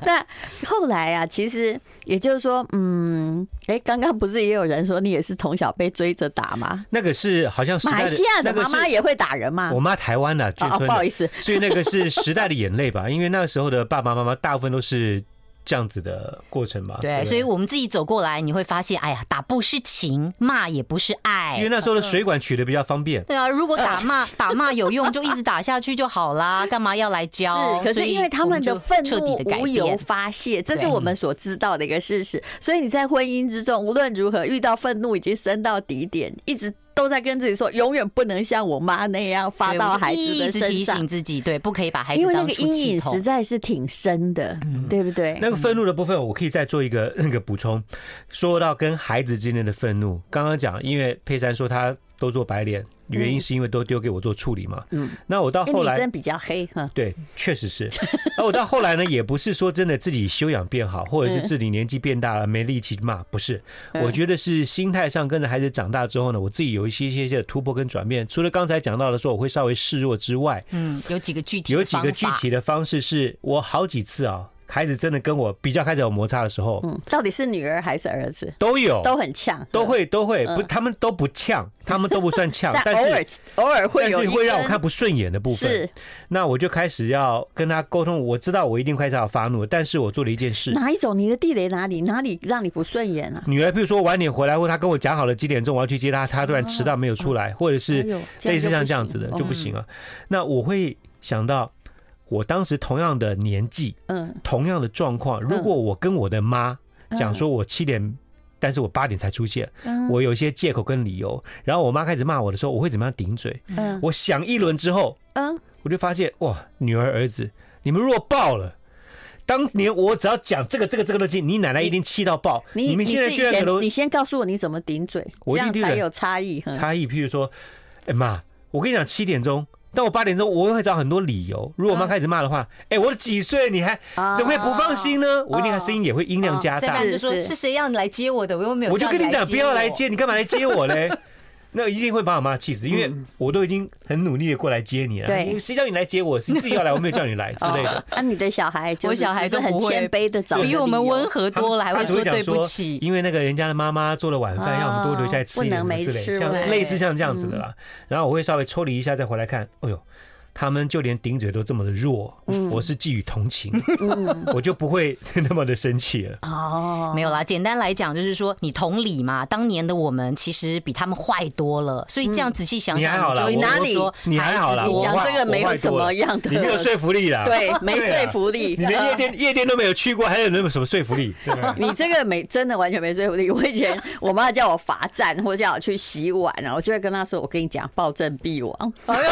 [SPEAKER 1] 但后来啊，其实也就是说，嗯，哎，刚刚不是也有人说你也是从小被追着打吗？
[SPEAKER 3] 那个是好像时
[SPEAKER 1] 马
[SPEAKER 3] 代
[SPEAKER 1] 来西亚的
[SPEAKER 3] 那个
[SPEAKER 1] 妈妈
[SPEAKER 3] 是
[SPEAKER 1] 也会打人吗
[SPEAKER 3] 我？妈台湾的眷
[SPEAKER 1] 哦
[SPEAKER 3] 村的，
[SPEAKER 1] 不好意思
[SPEAKER 3] 所以那个是时代的眼泪吧，因为那个时候的爸爸妈妈大部分都是这样子的过程嘛。
[SPEAKER 4] 对，
[SPEAKER 3] 不
[SPEAKER 4] 所以我们自己走过来，你会发现，哎呀，打不是情，骂也不是
[SPEAKER 3] 因为
[SPEAKER 4] 爱。
[SPEAKER 3] 那时候的水管取的比较方便，
[SPEAKER 4] 对啊，如果
[SPEAKER 1] 呃
[SPEAKER 4] 打骂打骂有用，就一直打下去就好啦，干嘛要来教？
[SPEAKER 1] 是，可
[SPEAKER 4] 所
[SPEAKER 1] 是
[SPEAKER 4] 以
[SPEAKER 1] 因为他
[SPEAKER 4] 我
[SPEAKER 1] 们
[SPEAKER 4] 就
[SPEAKER 1] 的愤
[SPEAKER 4] 彻
[SPEAKER 1] 怒
[SPEAKER 4] 底的改
[SPEAKER 1] 无由
[SPEAKER 4] 变，
[SPEAKER 1] 发泄，这是
[SPEAKER 4] 对
[SPEAKER 1] 我们所知道的一个事实。所以你在婚姻之中，无论如何遇到愤怒已经升到底点，一直都在跟自己说，永远不能像我妈那样发
[SPEAKER 4] 对
[SPEAKER 1] 到
[SPEAKER 4] 我就
[SPEAKER 1] 孩子
[SPEAKER 4] 一
[SPEAKER 1] 的
[SPEAKER 4] 直
[SPEAKER 1] 身
[SPEAKER 4] 提
[SPEAKER 1] 上
[SPEAKER 4] 醒，自己，对，不可以把孩
[SPEAKER 1] 因
[SPEAKER 4] 子
[SPEAKER 1] 为那
[SPEAKER 4] 当
[SPEAKER 1] 个
[SPEAKER 4] 出
[SPEAKER 1] 阴
[SPEAKER 4] 气
[SPEAKER 1] 影实
[SPEAKER 4] 筒。嗯
[SPEAKER 1] 在是挺深的，对不对？
[SPEAKER 3] 嗯那个愤怒的部分，我可以再做一个嗯那个补充，说到跟孩子之间的愤怒。刚刚讲，因为佩珊说她都做白脸，原因
[SPEAKER 4] 嗯
[SPEAKER 3] 是因为都丢给我做处理嘛。
[SPEAKER 1] 嗯，
[SPEAKER 3] 那我到
[SPEAKER 1] 因为
[SPEAKER 3] 后
[SPEAKER 4] 哎
[SPEAKER 1] 你
[SPEAKER 3] 来
[SPEAKER 1] 真。比较黑哈，
[SPEAKER 3] 对，确实是。 而我到后来呢，也不是说真的自己修养变好，
[SPEAKER 1] 嗯
[SPEAKER 3] 或者是自己年纪变大了没力气骂，不是。我觉得是心态上跟着孩子长大之后呢，我自己有一些些些的突破跟转变。除了刚才讲到的说我会稍微示弱之外，
[SPEAKER 4] 嗯，有几个具体的
[SPEAKER 3] 有几个具
[SPEAKER 4] 方法
[SPEAKER 3] 体的方式是我好几次啊，孩子真的跟我比较开始有摩擦的时候，
[SPEAKER 1] 嗯，到底是女儿还是儿子，
[SPEAKER 3] 都有，
[SPEAKER 1] 都很呛，
[SPEAKER 3] 哦都会都会不，他们都不呛，他们都不算呛，
[SPEAKER 1] 但
[SPEAKER 3] 但
[SPEAKER 1] 偶尔
[SPEAKER 3] 是
[SPEAKER 1] 偶尔会
[SPEAKER 3] 但
[SPEAKER 1] 有
[SPEAKER 3] 是
[SPEAKER 1] 一
[SPEAKER 3] 会让我
[SPEAKER 1] 根
[SPEAKER 3] 看不顺眼的部分
[SPEAKER 1] 是。
[SPEAKER 3] 那我就开始要跟他沟通，我知道我一定开始要发怒，但是我做了一件事。
[SPEAKER 1] 哪一种你的地雷哪里哪里让你不顺眼啊？
[SPEAKER 3] 女儿，譬如说晚点回来，或她跟我讲好了几点钟我要去接她，她突然迟到没有出来，或者是
[SPEAKER 1] 哎呦这样
[SPEAKER 3] 类似
[SPEAKER 1] 就
[SPEAKER 3] 像
[SPEAKER 1] 不
[SPEAKER 3] 这样
[SPEAKER 1] 行
[SPEAKER 3] 子的
[SPEAKER 1] 哦
[SPEAKER 3] 就不行啊。那我会想到，我当时同样的年纪，
[SPEAKER 1] 嗯，
[SPEAKER 3] 同样的状况，如果我跟我的妈讲说我七点，但是我八点才出现，
[SPEAKER 1] 嗯
[SPEAKER 3] 我有一些借口跟理由，然后我妈开始骂我的时候，我会怎么样顶嘴？
[SPEAKER 1] 嗯
[SPEAKER 3] 我想一轮之后，
[SPEAKER 1] 嗯，
[SPEAKER 3] 我就发现哇，女儿儿子，你们弱爆了。当年我只要讲这个这个这个东西，你奶奶一定气到爆。
[SPEAKER 1] 你
[SPEAKER 3] 们现在
[SPEAKER 1] 是以
[SPEAKER 3] 居然可
[SPEAKER 1] 前
[SPEAKER 3] 能
[SPEAKER 1] 你先告诉我你怎么顶嘴，
[SPEAKER 3] 我
[SPEAKER 1] 这
[SPEAKER 3] 一
[SPEAKER 1] 样
[SPEAKER 3] 定顶
[SPEAKER 1] 才
[SPEAKER 3] 嘴
[SPEAKER 1] 有差异。哼
[SPEAKER 3] 差异，譬如说，哎、妈，我跟你讲七点钟，但我八点钟我会找很多理由。如果我妈开始骂的话，哎、我都几岁了你还
[SPEAKER 1] 啊
[SPEAKER 3] 怎么会不放心呢？我一定
[SPEAKER 1] 哦
[SPEAKER 3] 声音也会音量加
[SPEAKER 4] 再
[SPEAKER 3] 大。
[SPEAKER 4] 不然就说
[SPEAKER 1] 是是
[SPEAKER 4] 是谁要你来接我的，我又没有
[SPEAKER 3] 我就
[SPEAKER 4] 让
[SPEAKER 3] 跟
[SPEAKER 4] 你
[SPEAKER 3] 你讲，不要来
[SPEAKER 4] 我。
[SPEAKER 3] 接，你干嘛来接我嘞？ 那一定会把我妈气死，因为我都已经很努力的过来接你了。
[SPEAKER 1] 嗯对
[SPEAKER 3] 你谁叫你来接我？是你自己要来，我没有叫你来之类的。
[SPEAKER 1] 啊，你的小孩就是，
[SPEAKER 4] 我小孩
[SPEAKER 1] 只
[SPEAKER 4] 都
[SPEAKER 1] 是很
[SPEAKER 4] 不会
[SPEAKER 1] 谦卑的找个理
[SPEAKER 4] 比
[SPEAKER 1] 由，
[SPEAKER 4] 我们温和多了，还会
[SPEAKER 3] 他只
[SPEAKER 4] 说
[SPEAKER 3] 讲
[SPEAKER 4] 对不起。
[SPEAKER 3] 因为那个人家的妈妈做了晚饭，让我们多留下来吃一点什么之类的，
[SPEAKER 1] 啊哦不能没吃
[SPEAKER 3] 像
[SPEAKER 1] 对嗯
[SPEAKER 3] 类似像这样子的啦。然后我会稍微抽离一下再回来看，哎呦。他们就连顶嘴都这么的弱，
[SPEAKER 1] 嗯
[SPEAKER 3] 我是寄予同情，我就不会 那么的生气了。
[SPEAKER 1] 哦，
[SPEAKER 4] 没有啦，简单来讲就是说，你同理嘛，当年的我们其实比他们坏多了，所以这样仔细想
[SPEAKER 3] 嗯你还
[SPEAKER 4] 想，
[SPEAKER 3] 好啦，
[SPEAKER 4] 就
[SPEAKER 3] 我
[SPEAKER 4] 会
[SPEAKER 1] 哪
[SPEAKER 3] 我
[SPEAKER 1] 里
[SPEAKER 3] 说你还好啦，
[SPEAKER 4] 孩子
[SPEAKER 3] 我
[SPEAKER 4] 多
[SPEAKER 1] 讲
[SPEAKER 3] 坏
[SPEAKER 1] 这个没有
[SPEAKER 3] 我坏
[SPEAKER 1] 什
[SPEAKER 3] 多
[SPEAKER 1] 么
[SPEAKER 3] 了
[SPEAKER 1] 样的
[SPEAKER 3] 你没有说服力啦。
[SPEAKER 1] 对，没
[SPEAKER 3] 啊
[SPEAKER 1] 说服力。
[SPEAKER 3] 你连夜店夜店都没有去过，还有那么什么说服力？对吧
[SPEAKER 1] 你这个没真的完全没说服力。我以前我妈叫我罚站，或者叫我去洗碗，然后我就会跟她说：“我跟你讲，暴政必 亡。
[SPEAKER 4] 哎呦，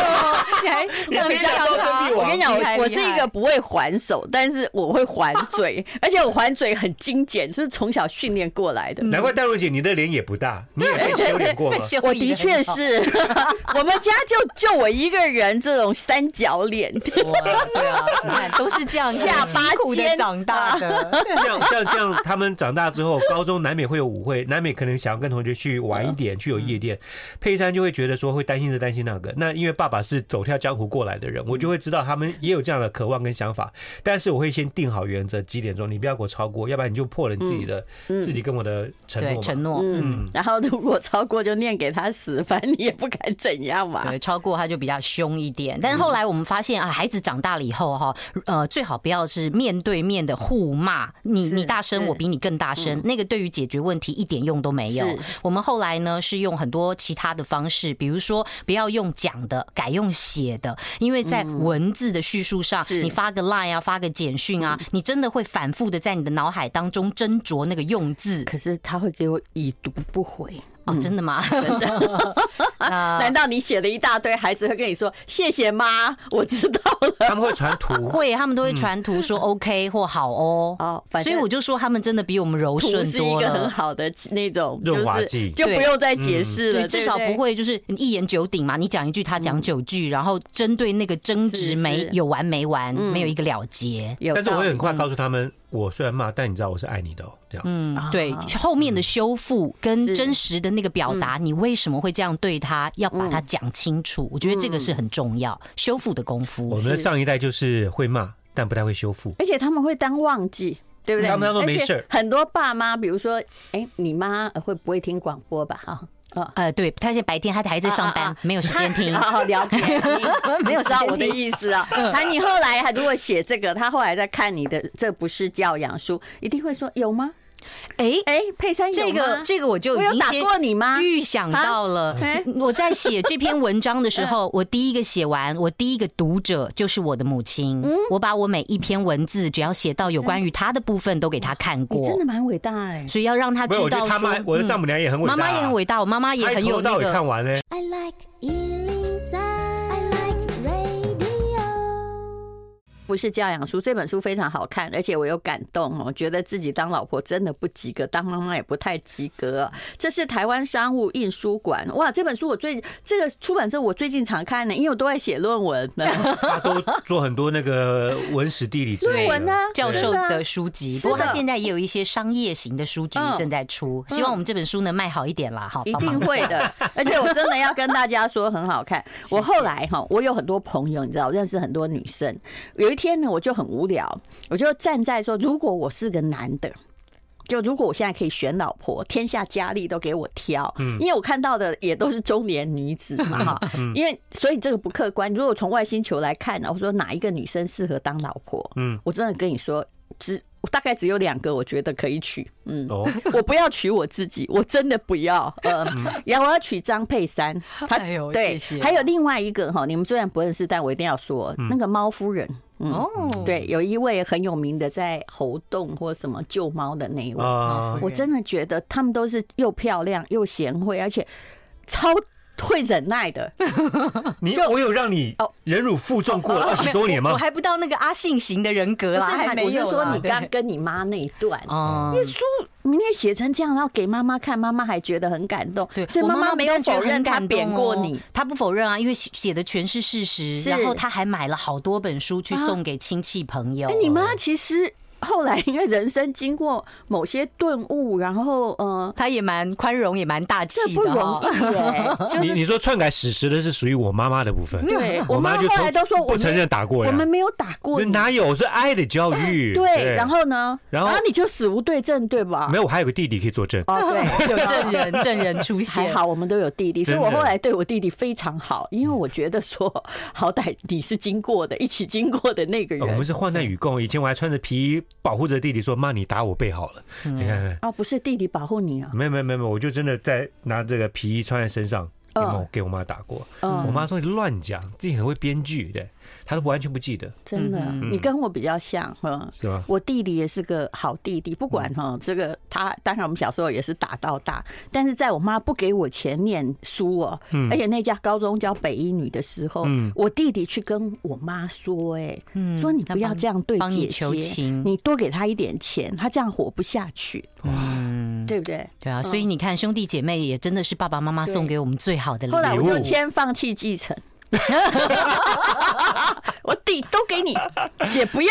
[SPEAKER 4] 你还这样
[SPEAKER 3] 你直接讲
[SPEAKER 4] 教
[SPEAKER 3] 暴政
[SPEAKER 4] 他
[SPEAKER 3] 必？”亡
[SPEAKER 1] 我跟你讲，
[SPEAKER 4] 厉害
[SPEAKER 1] 我我
[SPEAKER 4] 厉
[SPEAKER 1] 是一
[SPEAKER 4] 害
[SPEAKER 1] 个不会还手，但是我会还嘴， 而且我还嘴很精简，这是从小训练过来的。
[SPEAKER 3] 难怪戴茹姐你的脸也不大，你也 被修炼过 吗
[SPEAKER 4] 被？修理
[SPEAKER 1] 我的
[SPEAKER 4] 得
[SPEAKER 1] 确
[SPEAKER 4] 很好，
[SPEAKER 1] 是， 我们家就就我一个人这种三角脸，
[SPEAKER 4] 哇对啊，你看都是这样
[SPEAKER 1] 下巴
[SPEAKER 4] 很辛苦
[SPEAKER 1] 尖
[SPEAKER 4] 的长大 的。
[SPEAKER 3] 像像像他们长大之后，高中难免会有舞会，难免可能想要跟同学去玩一点，去有夜店。
[SPEAKER 4] 嗯
[SPEAKER 3] 佩珊就会觉得说会担心这担心那个。那因为爸爸是走跳江湖过来的人，我就会知道他们也有这样的渴望跟想法，但是我会先定好原则，几点钟你不要给我超过，要不然你就破了你自己的、自己跟我的承
[SPEAKER 4] 嗯
[SPEAKER 3] 诺
[SPEAKER 4] 对
[SPEAKER 3] 嘛。
[SPEAKER 4] 承诺，
[SPEAKER 1] 嗯，然后如果超过就念给他死，反正你也不敢怎样嘛。
[SPEAKER 4] 对，超过他就比较凶一点。但是后来我们发现啊，孩子长大了以后哈，呃，最好不要是面对面的互骂，你
[SPEAKER 1] 是
[SPEAKER 4] 你大声，
[SPEAKER 1] 是嗯
[SPEAKER 4] 我比你更大声，那个对于解决问题一点用都没有
[SPEAKER 1] 是。
[SPEAKER 4] 我们后来呢是用很多其他的方式，比如说不要用讲的，改用写的，因为在文字的叙述上，
[SPEAKER 1] 嗯是嗯
[SPEAKER 4] 你发个 line 啊，发个简讯啊，你真的会反复的在你的脑海当中斟酌那个用字。
[SPEAKER 1] 可是他会给我已读不回，
[SPEAKER 4] 哦，真的 吗？啊
[SPEAKER 1] 难道你写了一大堆，孩子会跟你说谢谢妈，我知道了。
[SPEAKER 3] 他们会传图，
[SPEAKER 4] 会，他们都会传图说 OK 或好哦。
[SPEAKER 1] 嗯哦反正
[SPEAKER 4] 所以我就说他们真的比我们柔
[SPEAKER 1] 图
[SPEAKER 4] 顺
[SPEAKER 1] 是一
[SPEAKER 4] 多
[SPEAKER 1] 个很
[SPEAKER 4] 了。
[SPEAKER 1] 好的那种，就
[SPEAKER 3] 润滑
[SPEAKER 1] 是
[SPEAKER 3] 剂嗯
[SPEAKER 1] 就不用再解释了，
[SPEAKER 4] 对，至少
[SPEAKER 1] 对
[SPEAKER 4] 不会就是一言九鼎嘛，你讲一句，他讲九句，然后针对那个争
[SPEAKER 1] 是
[SPEAKER 4] 执没
[SPEAKER 1] 是嗯
[SPEAKER 4] 有完没完，没有一个了结。
[SPEAKER 1] 有道
[SPEAKER 3] 但
[SPEAKER 1] 理。
[SPEAKER 3] 是我会很快告诉他们，我虽然骂，但你知道我是爱你的哦，这样。
[SPEAKER 4] 嗯，
[SPEAKER 1] 啊
[SPEAKER 4] 对，后面的修复跟
[SPEAKER 1] 是
[SPEAKER 4] 真实的那个表达，你为什么会这样对他，要把它讲清楚。
[SPEAKER 1] 嗯
[SPEAKER 4] 我觉得这个是很重要，修复的功
[SPEAKER 3] 我
[SPEAKER 4] 夫
[SPEAKER 3] 们。的上一代就是会骂，但不太会修复。
[SPEAKER 1] 而且他们会当忘记，对不对？
[SPEAKER 3] 他们当作没事儿
[SPEAKER 1] 而且很多爸妈，比如说，哎，你妈呃会不会听广播吧？哈，啊，
[SPEAKER 4] 呃，对，他现在白天他还在上
[SPEAKER 1] 啊啊
[SPEAKER 4] 班
[SPEAKER 1] 啊，
[SPEAKER 4] 没有时 间听。
[SPEAKER 1] 好好了解你，
[SPEAKER 4] 嗯 没有
[SPEAKER 1] 你知道
[SPEAKER 4] 时间
[SPEAKER 1] 我的
[SPEAKER 4] 听
[SPEAKER 1] 意 思啊。那你后来还如果写这个，他后来再看你的，这不是教养书，一定会说有吗？
[SPEAKER 4] 哎，
[SPEAKER 1] 哎，佩珊有
[SPEAKER 4] 这个
[SPEAKER 1] 吗
[SPEAKER 4] 这个我就
[SPEAKER 1] 我
[SPEAKER 4] 已
[SPEAKER 1] 有
[SPEAKER 4] 经
[SPEAKER 1] 打
[SPEAKER 4] 先
[SPEAKER 1] 过你吗
[SPEAKER 4] 预想到了嗯
[SPEAKER 1] 啊哎。嗯
[SPEAKER 4] 我在写这篇文章的 时候，我第一个写完，我第一个读者就是我的母亲。
[SPEAKER 1] 嗯
[SPEAKER 4] 我把我每一篇文字，只要写到有关于她的部分，都给她看
[SPEAKER 1] 你真
[SPEAKER 4] 过
[SPEAKER 1] 的。蛮伟大哎。
[SPEAKER 4] 所以要让她
[SPEAKER 3] 没
[SPEAKER 4] 知
[SPEAKER 3] 有，我觉
[SPEAKER 4] 道
[SPEAKER 3] 得
[SPEAKER 4] 说，
[SPEAKER 3] 他妈，我的
[SPEAKER 4] 嗯
[SPEAKER 3] 丈母娘也很伟大、啊
[SPEAKER 4] 妈妈也很伟大，我妈妈也
[SPEAKER 3] 她
[SPEAKER 4] 很
[SPEAKER 3] 从
[SPEAKER 4] 有
[SPEAKER 3] 头到
[SPEAKER 4] 那
[SPEAKER 3] 尾看
[SPEAKER 4] 个。
[SPEAKER 3] 完呢、
[SPEAKER 5] I like Ealing Sound. I like radio.
[SPEAKER 1] 不是教养书，这本书非常好看，而且我有感动哦，我觉得自己当老婆真的不及格，当妈妈也不太及格。这是台湾商务印书馆，哇，这本书我最这个出版社我最近常看呢，因为我都在写论文 呢。
[SPEAKER 3] 他都做很多那个文史地理之类的。
[SPEAKER 1] 论文啊
[SPEAKER 4] 教授
[SPEAKER 1] 真的啊
[SPEAKER 4] 的书籍，
[SPEAKER 1] 是
[SPEAKER 4] 不过他
[SPEAKER 1] 的
[SPEAKER 4] 现在也有一些商业型的书籍
[SPEAKER 1] 嗯
[SPEAKER 4] 正在出，希望我们这本书能卖好一点啦，哈，
[SPEAKER 1] 一
[SPEAKER 4] 帮忙
[SPEAKER 1] 定会 的。而且我真的要跟大家说，很好看。我后来哈，我有很多朋友，你知道，我认识很多女生。有一天呢，我就很无聊，我就站在说，如果我是个男的。就如果我现在可以选老婆，天下佳丽都给我挑，
[SPEAKER 4] 嗯
[SPEAKER 1] 因为我看到的也都是中年女子 嘛哈，因为所以这个不客观。如果从外星球来看呢，我说哪一个女生适合当老婆？嗯，我真的跟你说，只大概只有两个，我觉得可以娶，嗯，
[SPEAKER 3] 哦，
[SPEAKER 1] 我不要娶我自己，我真的不要。呃，然后我要娶张佩珊，她
[SPEAKER 4] 哎呦
[SPEAKER 1] 对
[SPEAKER 4] 谢谢，
[SPEAKER 1] 还有另外一个哈，你们虽然不认识，但我一定要说那个猫夫人。嗯，
[SPEAKER 4] 哦，
[SPEAKER 1] 对，有一位很有名的在猴洞或什么救猫的那一
[SPEAKER 4] 嗯
[SPEAKER 1] 位，
[SPEAKER 3] 啊、
[SPEAKER 1] 我真的觉得他们都是又漂亮又贤惠，而且超会忍耐 的。
[SPEAKER 3] 你
[SPEAKER 1] 就
[SPEAKER 3] 我有让你
[SPEAKER 1] 哦
[SPEAKER 3] 忍辱负重过了二十多年
[SPEAKER 4] 我
[SPEAKER 3] 吗？
[SPEAKER 4] 还不到那个阿信型的人格
[SPEAKER 1] 不是，
[SPEAKER 4] 啦，还没
[SPEAKER 1] 我是
[SPEAKER 4] 有
[SPEAKER 1] 说
[SPEAKER 4] 啦
[SPEAKER 1] 你嗯
[SPEAKER 4] 对
[SPEAKER 1] 刚跟你妈那一段。
[SPEAKER 4] 哦，
[SPEAKER 1] 书明天写成这样，然后给妈妈看，妈妈还觉得很感动。
[SPEAKER 4] 对，
[SPEAKER 1] 所以
[SPEAKER 4] 我
[SPEAKER 1] 妈
[SPEAKER 4] 妈
[SPEAKER 1] 没
[SPEAKER 4] 不
[SPEAKER 1] 有
[SPEAKER 4] 但觉得
[SPEAKER 1] 否认
[SPEAKER 4] 很
[SPEAKER 1] 她
[SPEAKER 4] 感
[SPEAKER 1] 贬
[SPEAKER 4] 动
[SPEAKER 1] 过
[SPEAKER 4] 哦
[SPEAKER 1] 你，
[SPEAKER 4] 她不否认啊，因为写写的全是事实，
[SPEAKER 1] 是
[SPEAKER 4] 然后她还买了好多本书去送给亲戚朋友
[SPEAKER 1] 哎、。你妈其实后来因为人生经过某些顿悟，然后呃，
[SPEAKER 4] 她也蛮宽容，也蛮大
[SPEAKER 1] 这
[SPEAKER 4] 气
[SPEAKER 1] 不
[SPEAKER 4] 的哦
[SPEAKER 1] 容
[SPEAKER 4] 哈。
[SPEAKER 1] 易哎、就
[SPEAKER 3] 啊你
[SPEAKER 1] 是
[SPEAKER 3] 你说篡改史实的是属于我妈妈的部分，
[SPEAKER 1] 对我
[SPEAKER 3] 妈
[SPEAKER 1] 妈
[SPEAKER 3] 就
[SPEAKER 1] 后来
[SPEAKER 3] 从
[SPEAKER 1] 都说我
[SPEAKER 3] 不承
[SPEAKER 1] 没
[SPEAKER 3] 认打过
[SPEAKER 1] 我
[SPEAKER 3] 呀
[SPEAKER 1] 们。没有打过你，
[SPEAKER 3] 哪有是爱的教育？
[SPEAKER 1] 对，然后呢，
[SPEAKER 3] 然后
[SPEAKER 1] 你就死无对证，对吧
[SPEAKER 3] 没？有，我还有个弟弟可以作证。
[SPEAKER 1] 哦， 对，
[SPEAKER 4] 有证人，证人出
[SPEAKER 1] 还
[SPEAKER 4] 现。
[SPEAKER 1] 好我们都有弟弟，所以
[SPEAKER 3] 真
[SPEAKER 1] 我
[SPEAKER 3] 的嗯
[SPEAKER 1] 后来对我弟弟非常好，因为我觉得说，好歹你是经过的，一起经过的那个
[SPEAKER 3] 哦我们
[SPEAKER 1] 人。
[SPEAKER 3] 是患难与共。以前我还穿着皮衣保护着弟弟，说：“妈，你打我背好了。”你看看，
[SPEAKER 1] 哦，不是弟弟保护你啊，
[SPEAKER 3] 没有没有没有，没有我就真的在拿这个皮衣穿在身上，给
[SPEAKER 1] 嗯
[SPEAKER 3] 我给我妈打过。
[SPEAKER 1] 嗯
[SPEAKER 3] 我妈说你乱讲，自己很会编剧的，她都完全不 记得，
[SPEAKER 1] 真的，你跟我比较像，嗯，
[SPEAKER 3] 嗯是嗯吧？
[SPEAKER 1] 我弟弟也是个好弟弟，不管哈，这个他当然我们小时候也是打到大，但是在我妈不给我钱念书哦，而且那家高中教北一女的时候，
[SPEAKER 3] 嗯
[SPEAKER 1] 我弟弟去跟我妈说、哎、
[SPEAKER 4] 嗯
[SPEAKER 1] 说你不要这样对
[SPEAKER 4] 帮
[SPEAKER 1] 姐
[SPEAKER 4] 你
[SPEAKER 1] 姐，
[SPEAKER 4] 求情
[SPEAKER 1] 你多给他一点钱，他这样活不下去，
[SPEAKER 4] 嗯，
[SPEAKER 1] 对不对？
[SPEAKER 4] 对啊，所以你看，兄弟姐妹也真的是爸爸妈妈送给我们最好的礼
[SPEAKER 1] 后来
[SPEAKER 4] 物。
[SPEAKER 1] 我就
[SPEAKER 3] 礼物
[SPEAKER 1] 先放弃继承。 我弟都给你，姐不要。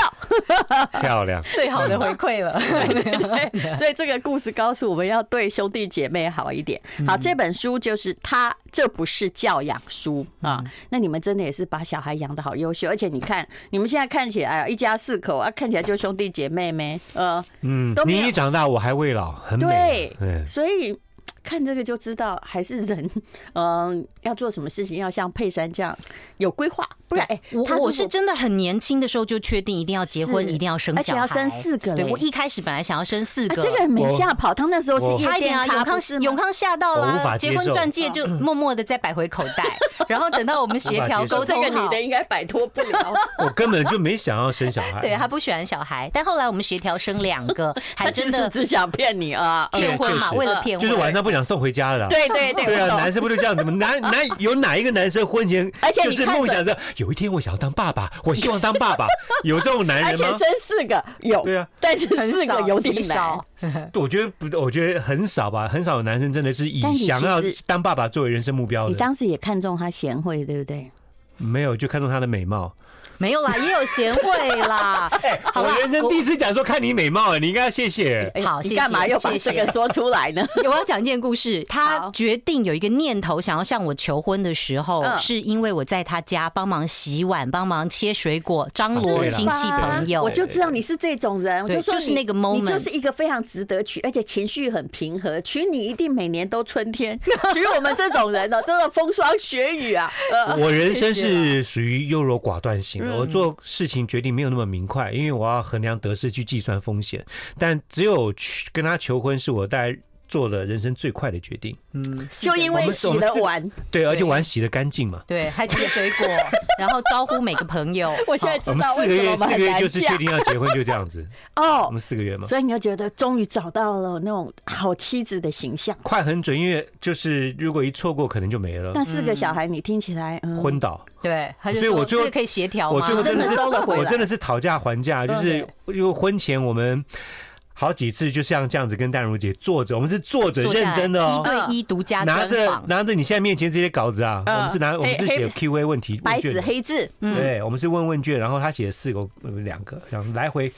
[SPEAKER 3] 漂亮，
[SPEAKER 2] 最好的回馈了。
[SPEAKER 1] 对，所以这个故事告诉我们要对兄弟姐妹好一点。好，这本书就是它，这不是教养书啊。那你们真的也是把小孩养得好优秀，而且你看，你们现在看起来啊，一家四口啊，看起来就兄弟姐妹没，呃，
[SPEAKER 3] 嗯
[SPEAKER 1] 都，没有
[SPEAKER 3] 你一长大我还未老，很美
[SPEAKER 1] 对。
[SPEAKER 3] 嗯，
[SPEAKER 1] 所以看这个就知道，还是人，嗯，要做什么事情要像佩珊这样有规划，不然哎，
[SPEAKER 4] 我
[SPEAKER 1] 他如
[SPEAKER 4] 我
[SPEAKER 1] 果
[SPEAKER 4] 是真的很年轻的时候就确定一定要结婚，
[SPEAKER 1] 是
[SPEAKER 4] 一定要生
[SPEAKER 1] 而且
[SPEAKER 4] 小孩，
[SPEAKER 1] 要生四个
[SPEAKER 4] 对
[SPEAKER 1] 嘞
[SPEAKER 4] 我一开始本来想要生四
[SPEAKER 1] 啊，
[SPEAKER 4] 个，
[SPEAKER 1] 这个没吓跑，他那时候
[SPEAKER 3] 我
[SPEAKER 1] 是夜
[SPEAKER 4] 差一
[SPEAKER 1] 店
[SPEAKER 4] 点啊！
[SPEAKER 1] 咖
[SPEAKER 4] 永康
[SPEAKER 1] 不是吗嗯
[SPEAKER 4] 永康吓到
[SPEAKER 3] 我哦无
[SPEAKER 4] 啦，
[SPEAKER 3] 法
[SPEAKER 4] 结
[SPEAKER 3] 接
[SPEAKER 4] 婚
[SPEAKER 3] 受
[SPEAKER 4] 钻戒就默默的再摆回口袋， 然后等到我们协调沟
[SPEAKER 1] 这
[SPEAKER 4] 通
[SPEAKER 1] 个女
[SPEAKER 4] 好
[SPEAKER 1] 的。应该摆脱不了。
[SPEAKER 3] 我根本就没想要生小孩。
[SPEAKER 4] 对他不喜欢小孩，但后来我们协调生两 个，还
[SPEAKER 1] 他其
[SPEAKER 4] 真
[SPEAKER 1] 实
[SPEAKER 4] 的嗯
[SPEAKER 1] 只想骗你啊！
[SPEAKER 4] 骗婚嘛，
[SPEAKER 3] 对确实
[SPEAKER 4] 为了骗
[SPEAKER 3] 就
[SPEAKER 4] 婚，
[SPEAKER 3] 是晚上不想送回家的啦。
[SPEAKER 1] 对对对，
[SPEAKER 3] 对
[SPEAKER 1] 我
[SPEAKER 3] 啊，
[SPEAKER 1] 懂
[SPEAKER 3] 男生不就这样子吗？ 男男有哪一个男生婚前
[SPEAKER 1] 而且
[SPEAKER 3] 就
[SPEAKER 1] 你
[SPEAKER 3] 是
[SPEAKER 1] 看
[SPEAKER 3] 梦
[SPEAKER 1] 着
[SPEAKER 3] 想着有一天我想要当 爸爸，我希望当爸爸，有这种男
[SPEAKER 1] 而
[SPEAKER 3] 人
[SPEAKER 1] 且
[SPEAKER 3] 吗
[SPEAKER 1] 生？四个有，
[SPEAKER 3] 对啊，
[SPEAKER 1] 但是四个有点
[SPEAKER 4] 极
[SPEAKER 1] 难
[SPEAKER 4] 少。
[SPEAKER 3] 我觉得不，我觉得很少吧，很少有男生真的是以
[SPEAKER 1] 但你其
[SPEAKER 3] 想要
[SPEAKER 1] 实
[SPEAKER 3] 当爸爸作为人生目标
[SPEAKER 1] 你
[SPEAKER 3] 的，
[SPEAKER 1] 当时也看中他贤惠，对不对？
[SPEAKER 3] 没有就看中她的美貌。
[SPEAKER 4] 没有啦，也有贤惠 啦。
[SPEAKER 3] 哎，
[SPEAKER 4] 好
[SPEAKER 3] 我
[SPEAKER 4] 啦
[SPEAKER 3] 人生
[SPEAKER 4] 我
[SPEAKER 3] 第一次讲说看你美貌，哎，你应该要谢谢。
[SPEAKER 1] 哎
[SPEAKER 4] 好
[SPEAKER 1] 你
[SPEAKER 4] 谢
[SPEAKER 1] 干嘛
[SPEAKER 4] 谢
[SPEAKER 1] 又把
[SPEAKER 4] 谢
[SPEAKER 1] 这
[SPEAKER 4] 谢
[SPEAKER 1] 个说出来呢？
[SPEAKER 4] 我要讲一件故事，他
[SPEAKER 1] 好
[SPEAKER 4] 决定有一个念头想要向我求婚的时候，
[SPEAKER 1] 嗯
[SPEAKER 4] 是因为我在他家帮忙洗碗、帮忙切水果、张
[SPEAKER 3] 是
[SPEAKER 4] 罗
[SPEAKER 3] 吧
[SPEAKER 4] 亲戚朋友。
[SPEAKER 1] 我就知道你是这种人，我
[SPEAKER 4] 对
[SPEAKER 1] 就说
[SPEAKER 4] 就是
[SPEAKER 1] 你
[SPEAKER 4] 那个
[SPEAKER 1] 你就
[SPEAKER 4] moment
[SPEAKER 1] 是一个非常值得娶，而且情绪很平和，娶你一定每年都春天， 娶我们这种人呢，哦真的风霜雪雨啊，呃，
[SPEAKER 3] 我人生
[SPEAKER 1] 啊
[SPEAKER 3] 是属于优柔寡断
[SPEAKER 1] 嗯
[SPEAKER 3] 型的，我做事情决定没有那么明快，因为我要衡量得失去计算风险。但只有去跟他求婚，是我大概做了人生最快的决定。
[SPEAKER 4] 嗯，
[SPEAKER 1] 就因
[SPEAKER 3] 我
[SPEAKER 1] 为
[SPEAKER 3] 们
[SPEAKER 1] 洗
[SPEAKER 3] 我们
[SPEAKER 1] 了
[SPEAKER 3] 是
[SPEAKER 1] 碗。
[SPEAKER 3] 对，而且碗洗的干净嘛。
[SPEAKER 1] 嗯
[SPEAKER 4] 对，还切水果，然后招呼每个朋友。 哦
[SPEAKER 1] 我现在
[SPEAKER 4] 好
[SPEAKER 1] 知
[SPEAKER 3] 我们
[SPEAKER 1] 道
[SPEAKER 3] 四个
[SPEAKER 1] 为什么
[SPEAKER 3] 月，
[SPEAKER 1] 我
[SPEAKER 3] 四
[SPEAKER 1] 们
[SPEAKER 3] 个
[SPEAKER 1] 很
[SPEAKER 3] 月
[SPEAKER 1] 难
[SPEAKER 3] 就是
[SPEAKER 1] 嫁
[SPEAKER 3] 确定要结婚，就这 样子。我
[SPEAKER 1] 哦
[SPEAKER 3] 们。四个月嘛，
[SPEAKER 1] 所以你就觉得终于找到了那种好妻子的形象。
[SPEAKER 3] 快很准，因为就是如果一错过，可能就没了，
[SPEAKER 1] 那四个小孩，你听起来，嗯，
[SPEAKER 3] 昏倒。
[SPEAKER 4] 对，他就
[SPEAKER 3] 所以
[SPEAKER 4] 说
[SPEAKER 3] 我最
[SPEAKER 4] 这
[SPEAKER 3] 后
[SPEAKER 4] 个可以协调
[SPEAKER 3] 我
[SPEAKER 4] 吗
[SPEAKER 3] 最？后真的
[SPEAKER 1] 真
[SPEAKER 3] 是
[SPEAKER 1] 的收了回来嗯
[SPEAKER 3] 我真的是讨价还价，就是因为婚前我们好几次就像这样子跟淡如姐坐着，我们是坐着
[SPEAKER 4] 坐下来
[SPEAKER 3] 认真的哦
[SPEAKER 4] 一。对一独家
[SPEAKER 3] 拿
[SPEAKER 4] 专
[SPEAKER 3] 着
[SPEAKER 4] 访，
[SPEAKER 3] 拿着你现在面前这些稿子啊，
[SPEAKER 1] 嗯
[SPEAKER 3] 我们是拿我们是
[SPEAKER 1] 黑
[SPEAKER 3] 写
[SPEAKER 1] 黑
[SPEAKER 3] Q&A 问题
[SPEAKER 1] 白
[SPEAKER 3] 问
[SPEAKER 1] 纸
[SPEAKER 3] 卷，
[SPEAKER 1] 黑嗯字，
[SPEAKER 3] 对，我们是问问卷，然后他写了四个呃两个，然后来回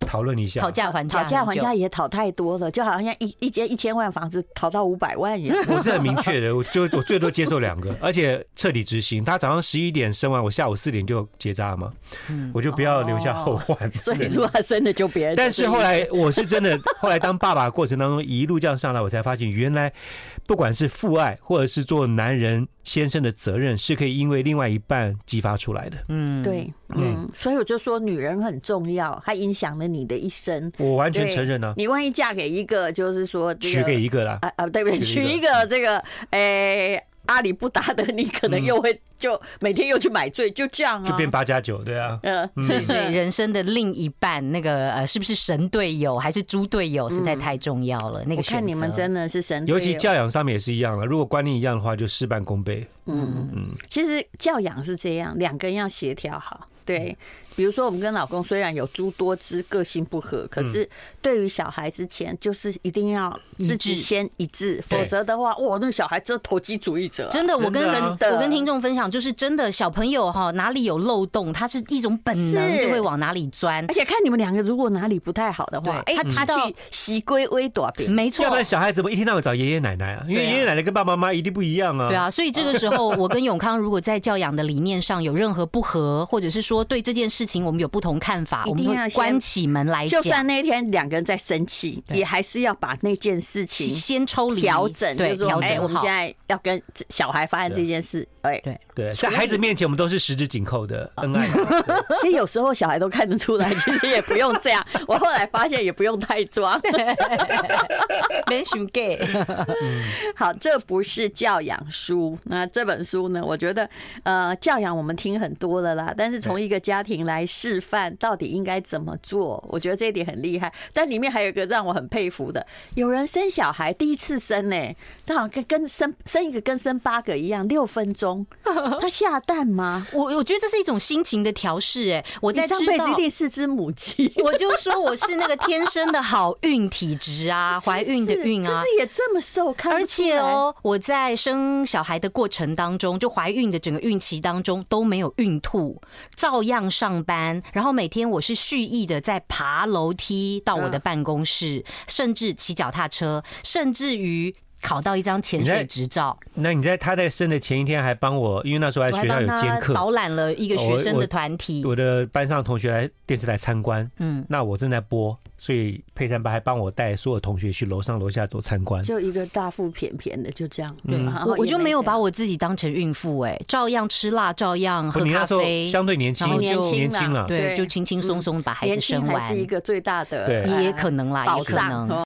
[SPEAKER 3] 讨论一下，
[SPEAKER 4] 讨价还
[SPEAKER 1] 讨
[SPEAKER 4] 价很久，
[SPEAKER 1] 价还价也讨太多了，就好像一一间一千万房子讨到五百万元。
[SPEAKER 3] 我是很明确的，我就我最多接受两个，而且彻底执行。他早上十一点生完，我下午四点就结扎嘛，我就不要留下后患。
[SPEAKER 1] 嗯哦所以
[SPEAKER 3] 对
[SPEAKER 1] 如果他生的就
[SPEAKER 4] 哎
[SPEAKER 1] 别人。
[SPEAKER 3] 但是后来我是真的，后来当爸爸的过程当中，一路这样上来，我才发现原来不管是父爱，或者是做男人先生的责任，是可以因为另外一半激发出来的。
[SPEAKER 4] 嗯，
[SPEAKER 1] 对，嗯，所以我就说女人很重要，她影响了你的一生。
[SPEAKER 3] 我完
[SPEAKER 1] 完
[SPEAKER 3] 全承认呢、啊
[SPEAKER 1] 你万一嫁给一个，就是说这个
[SPEAKER 3] 娶给一个啦，
[SPEAKER 1] 啊啊，对不对？
[SPEAKER 3] 娶
[SPEAKER 1] 娶
[SPEAKER 3] 一
[SPEAKER 1] 一
[SPEAKER 3] 个
[SPEAKER 1] 个这个诶、阿里不达的，你可能又会就每天又去买醉，就这样啊，
[SPEAKER 3] 嗯就变八加九，对啊。
[SPEAKER 1] 呃，
[SPEAKER 4] 所以所以人生的另一半，那个呃，是不是神队友还是猪队友，实在太重要了。那
[SPEAKER 1] 嗯我
[SPEAKER 4] 个选
[SPEAKER 1] 看
[SPEAKER 4] 择，
[SPEAKER 1] 你们真的是
[SPEAKER 4] 嗯
[SPEAKER 1] 神队
[SPEAKER 3] 尤
[SPEAKER 1] 友，
[SPEAKER 4] 哦
[SPEAKER 3] 其教养上面也是一样了，如果观念一样的话，就事半功倍。
[SPEAKER 1] 嗯嗯，其实教养是这样，两个人要协调好。对，
[SPEAKER 4] 嗯
[SPEAKER 1] 比如说我们跟老公虽然有诸多之个性不合，可是
[SPEAKER 4] 嗯
[SPEAKER 1] 对于小孩之前，就是一定要自己
[SPEAKER 4] 一致
[SPEAKER 1] 先一致，
[SPEAKER 3] 对
[SPEAKER 1] 否则的话，哇，那小孩真投机主义者啊、
[SPEAKER 4] 真的，我跟
[SPEAKER 3] 真的啊
[SPEAKER 4] 人我跟听众分享，就是真的小朋友哈，哪里有漏洞，他是一种本能
[SPEAKER 1] 是
[SPEAKER 4] 就会往哪里钻
[SPEAKER 1] 而。且看你们两个如果哪里不太好的话，哎、
[SPEAKER 4] 对
[SPEAKER 1] 他
[SPEAKER 4] 他知道
[SPEAKER 1] 去习归微躲避。
[SPEAKER 4] 没错
[SPEAKER 3] 要不，然小孩怎么一天到晚找爷爷奶奶啊？因为
[SPEAKER 4] 对啊
[SPEAKER 3] 爷爷奶奶跟爸爸妈妈一定不一样啊。
[SPEAKER 4] 对啊，所以这个时候，我跟永康如果在教养的理念上有任何不合，或者是说对这件事情我们有不同看法，
[SPEAKER 1] 一
[SPEAKER 4] 我
[SPEAKER 1] 定
[SPEAKER 4] 们
[SPEAKER 1] 要
[SPEAKER 4] 会
[SPEAKER 1] 先
[SPEAKER 4] 关起门来
[SPEAKER 1] 就算
[SPEAKER 4] 讲，
[SPEAKER 1] 那一天两个人在生气，
[SPEAKER 4] 嗯
[SPEAKER 1] 也还是要把那件事情
[SPEAKER 4] 先抽离
[SPEAKER 1] 调整，就
[SPEAKER 4] 对，
[SPEAKER 1] 是说，
[SPEAKER 4] 调
[SPEAKER 1] 哎、我
[SPEAKER 4] 整
[SPEAKER 1] 们
[SPEAKER 4] 好
[SPEAKER 1] 现。在要跟小孩发生这件事，哎、
[SPEAKER 4] 对
[SPEAKER 3] 对，在孩子面前我们都是十指紧扣的恩爱。 对
[SPEAKER 1] 其实有时候小孩都看得出来，其实也不用这样。我后来发现也不用太装。
[SPEAKER 4] 没什么 gay，
[SPEAKER 1] 好，这不是教养书。那这本书呢？我觉得，呃，教养我们听很多了啦，但是从一个家庭来示范到底应该怎么做，我觉得这一点很厉害。但里面还有一个让我很佩服的，有人生小孩第一次生呢、他好像跟跟生生一个跟生八个一样，六分 钟，他下蛋吗？
[SPEAKER 4] 我我觉得这是一种心情的调试，哎，我
[SPEAKER 1] 我
[SPEAKER 4] 在
[SPEAKER 1] 上
[SPEAKER 4] 知
[SPEAKER 1] 辈子
[SPEAKER 4] 道
[SPEAKER 1] 一定是只母鸡。
[SPEAKER 4] 我就说我是那个天生的好运体质 啊，怀孕的孕啊
[SPEAKER 1] 可。是也这么瘦，看不
[SPEAKER 4] 而且
[SPEAKER 1] 出来
[SPEAKER 4] 哦，我在生小孩的过程当中，就怀孕的整个孕期当中都没有孕吐，照照样上班，然后每天我是蓄意的在爬楼梯到我的办公室，甚至骑脚踏车，甚至于考到一张潜
[SPEAKER 3] 你
[SPEAKER 4] 水
[SPEAKER 3] 在
[SPEAKER 4] 执照。
[SPEAKER 3] 那你在他在生的前一天还帮我，因为那时候
[SPEAKER 4] 我
[SPEAKER 3] 在
[SPEAKER 4] 还
[SPEAKER 3] 学校
[SPEAKER 4] 帮
[SPEAKER 3] 有
[SPEAKER 4] 他
[SPEAKER 3] 兼课，
[SPEAKER 4] 导览了一个学生
[SPEAKER 3] 我
[SPEAKER 4] 的团体。
[SPEAKER 3] 我的班上同学来电视台参观，
[SPEAKER 4] 嗯，
[SPEAKER 3] 那我正在播，所以佩珊爸还帮我带所有同学去楼上楼下走参观。
[SPEAKER 1] 就一个大腹便便的，就这样。
[SPEAKER 4] 嗯
[SPEAKER 3] 对
[SPEAKER 1] 然后
[SPEAKER 4] 我我
[SPEAKER 1] 也
[SPEAKER 4] 就没有
[SPEAKER 1] 怎
[SPEAKER 4] 把
[SPEAKER 1] 样
[SPEAKER 4] 我自己当成孕妇，哎，照样吃辣，照样
[SPEAKER 3] 不，
[SPEAKER 4] 喝
[SPEAKER 3] 你那
[SPEAKER 4] 咖
[SPEAKER 3] 时候
[SPEAKER 4] 啡，
[SPEAKER 3] 相对年轻
[SPEAKER 4] 然，后就
[SPEAKER 3] 年轻
[SPEAKER 1] 轻了
[SPEAKER 3] 了，
[SPEAKER 4] 对，
[SPEAKER 1] 对
[SPEAKER 4] 就轻轻松松把孩
[SPEAKER 1] 年
[SPEAKER 4] 子
[SPEAKER 1] 轻
[SPEAKER 4] 生
[SPEAKER 1] 还
[SPEAKER 4] 完
[SPEAKER 1] 是，一个最大的
[SPEAKER 3] 对
[SPEAKER 1] 呃
[SPEAKER 4] 也可能啦，
[SPEAKER 1] 宝
[SPEAKER 4] 也可
[SPEAKER 1] 藏
[SPEAKER 4] 能。
[SPEAKER 1] 哦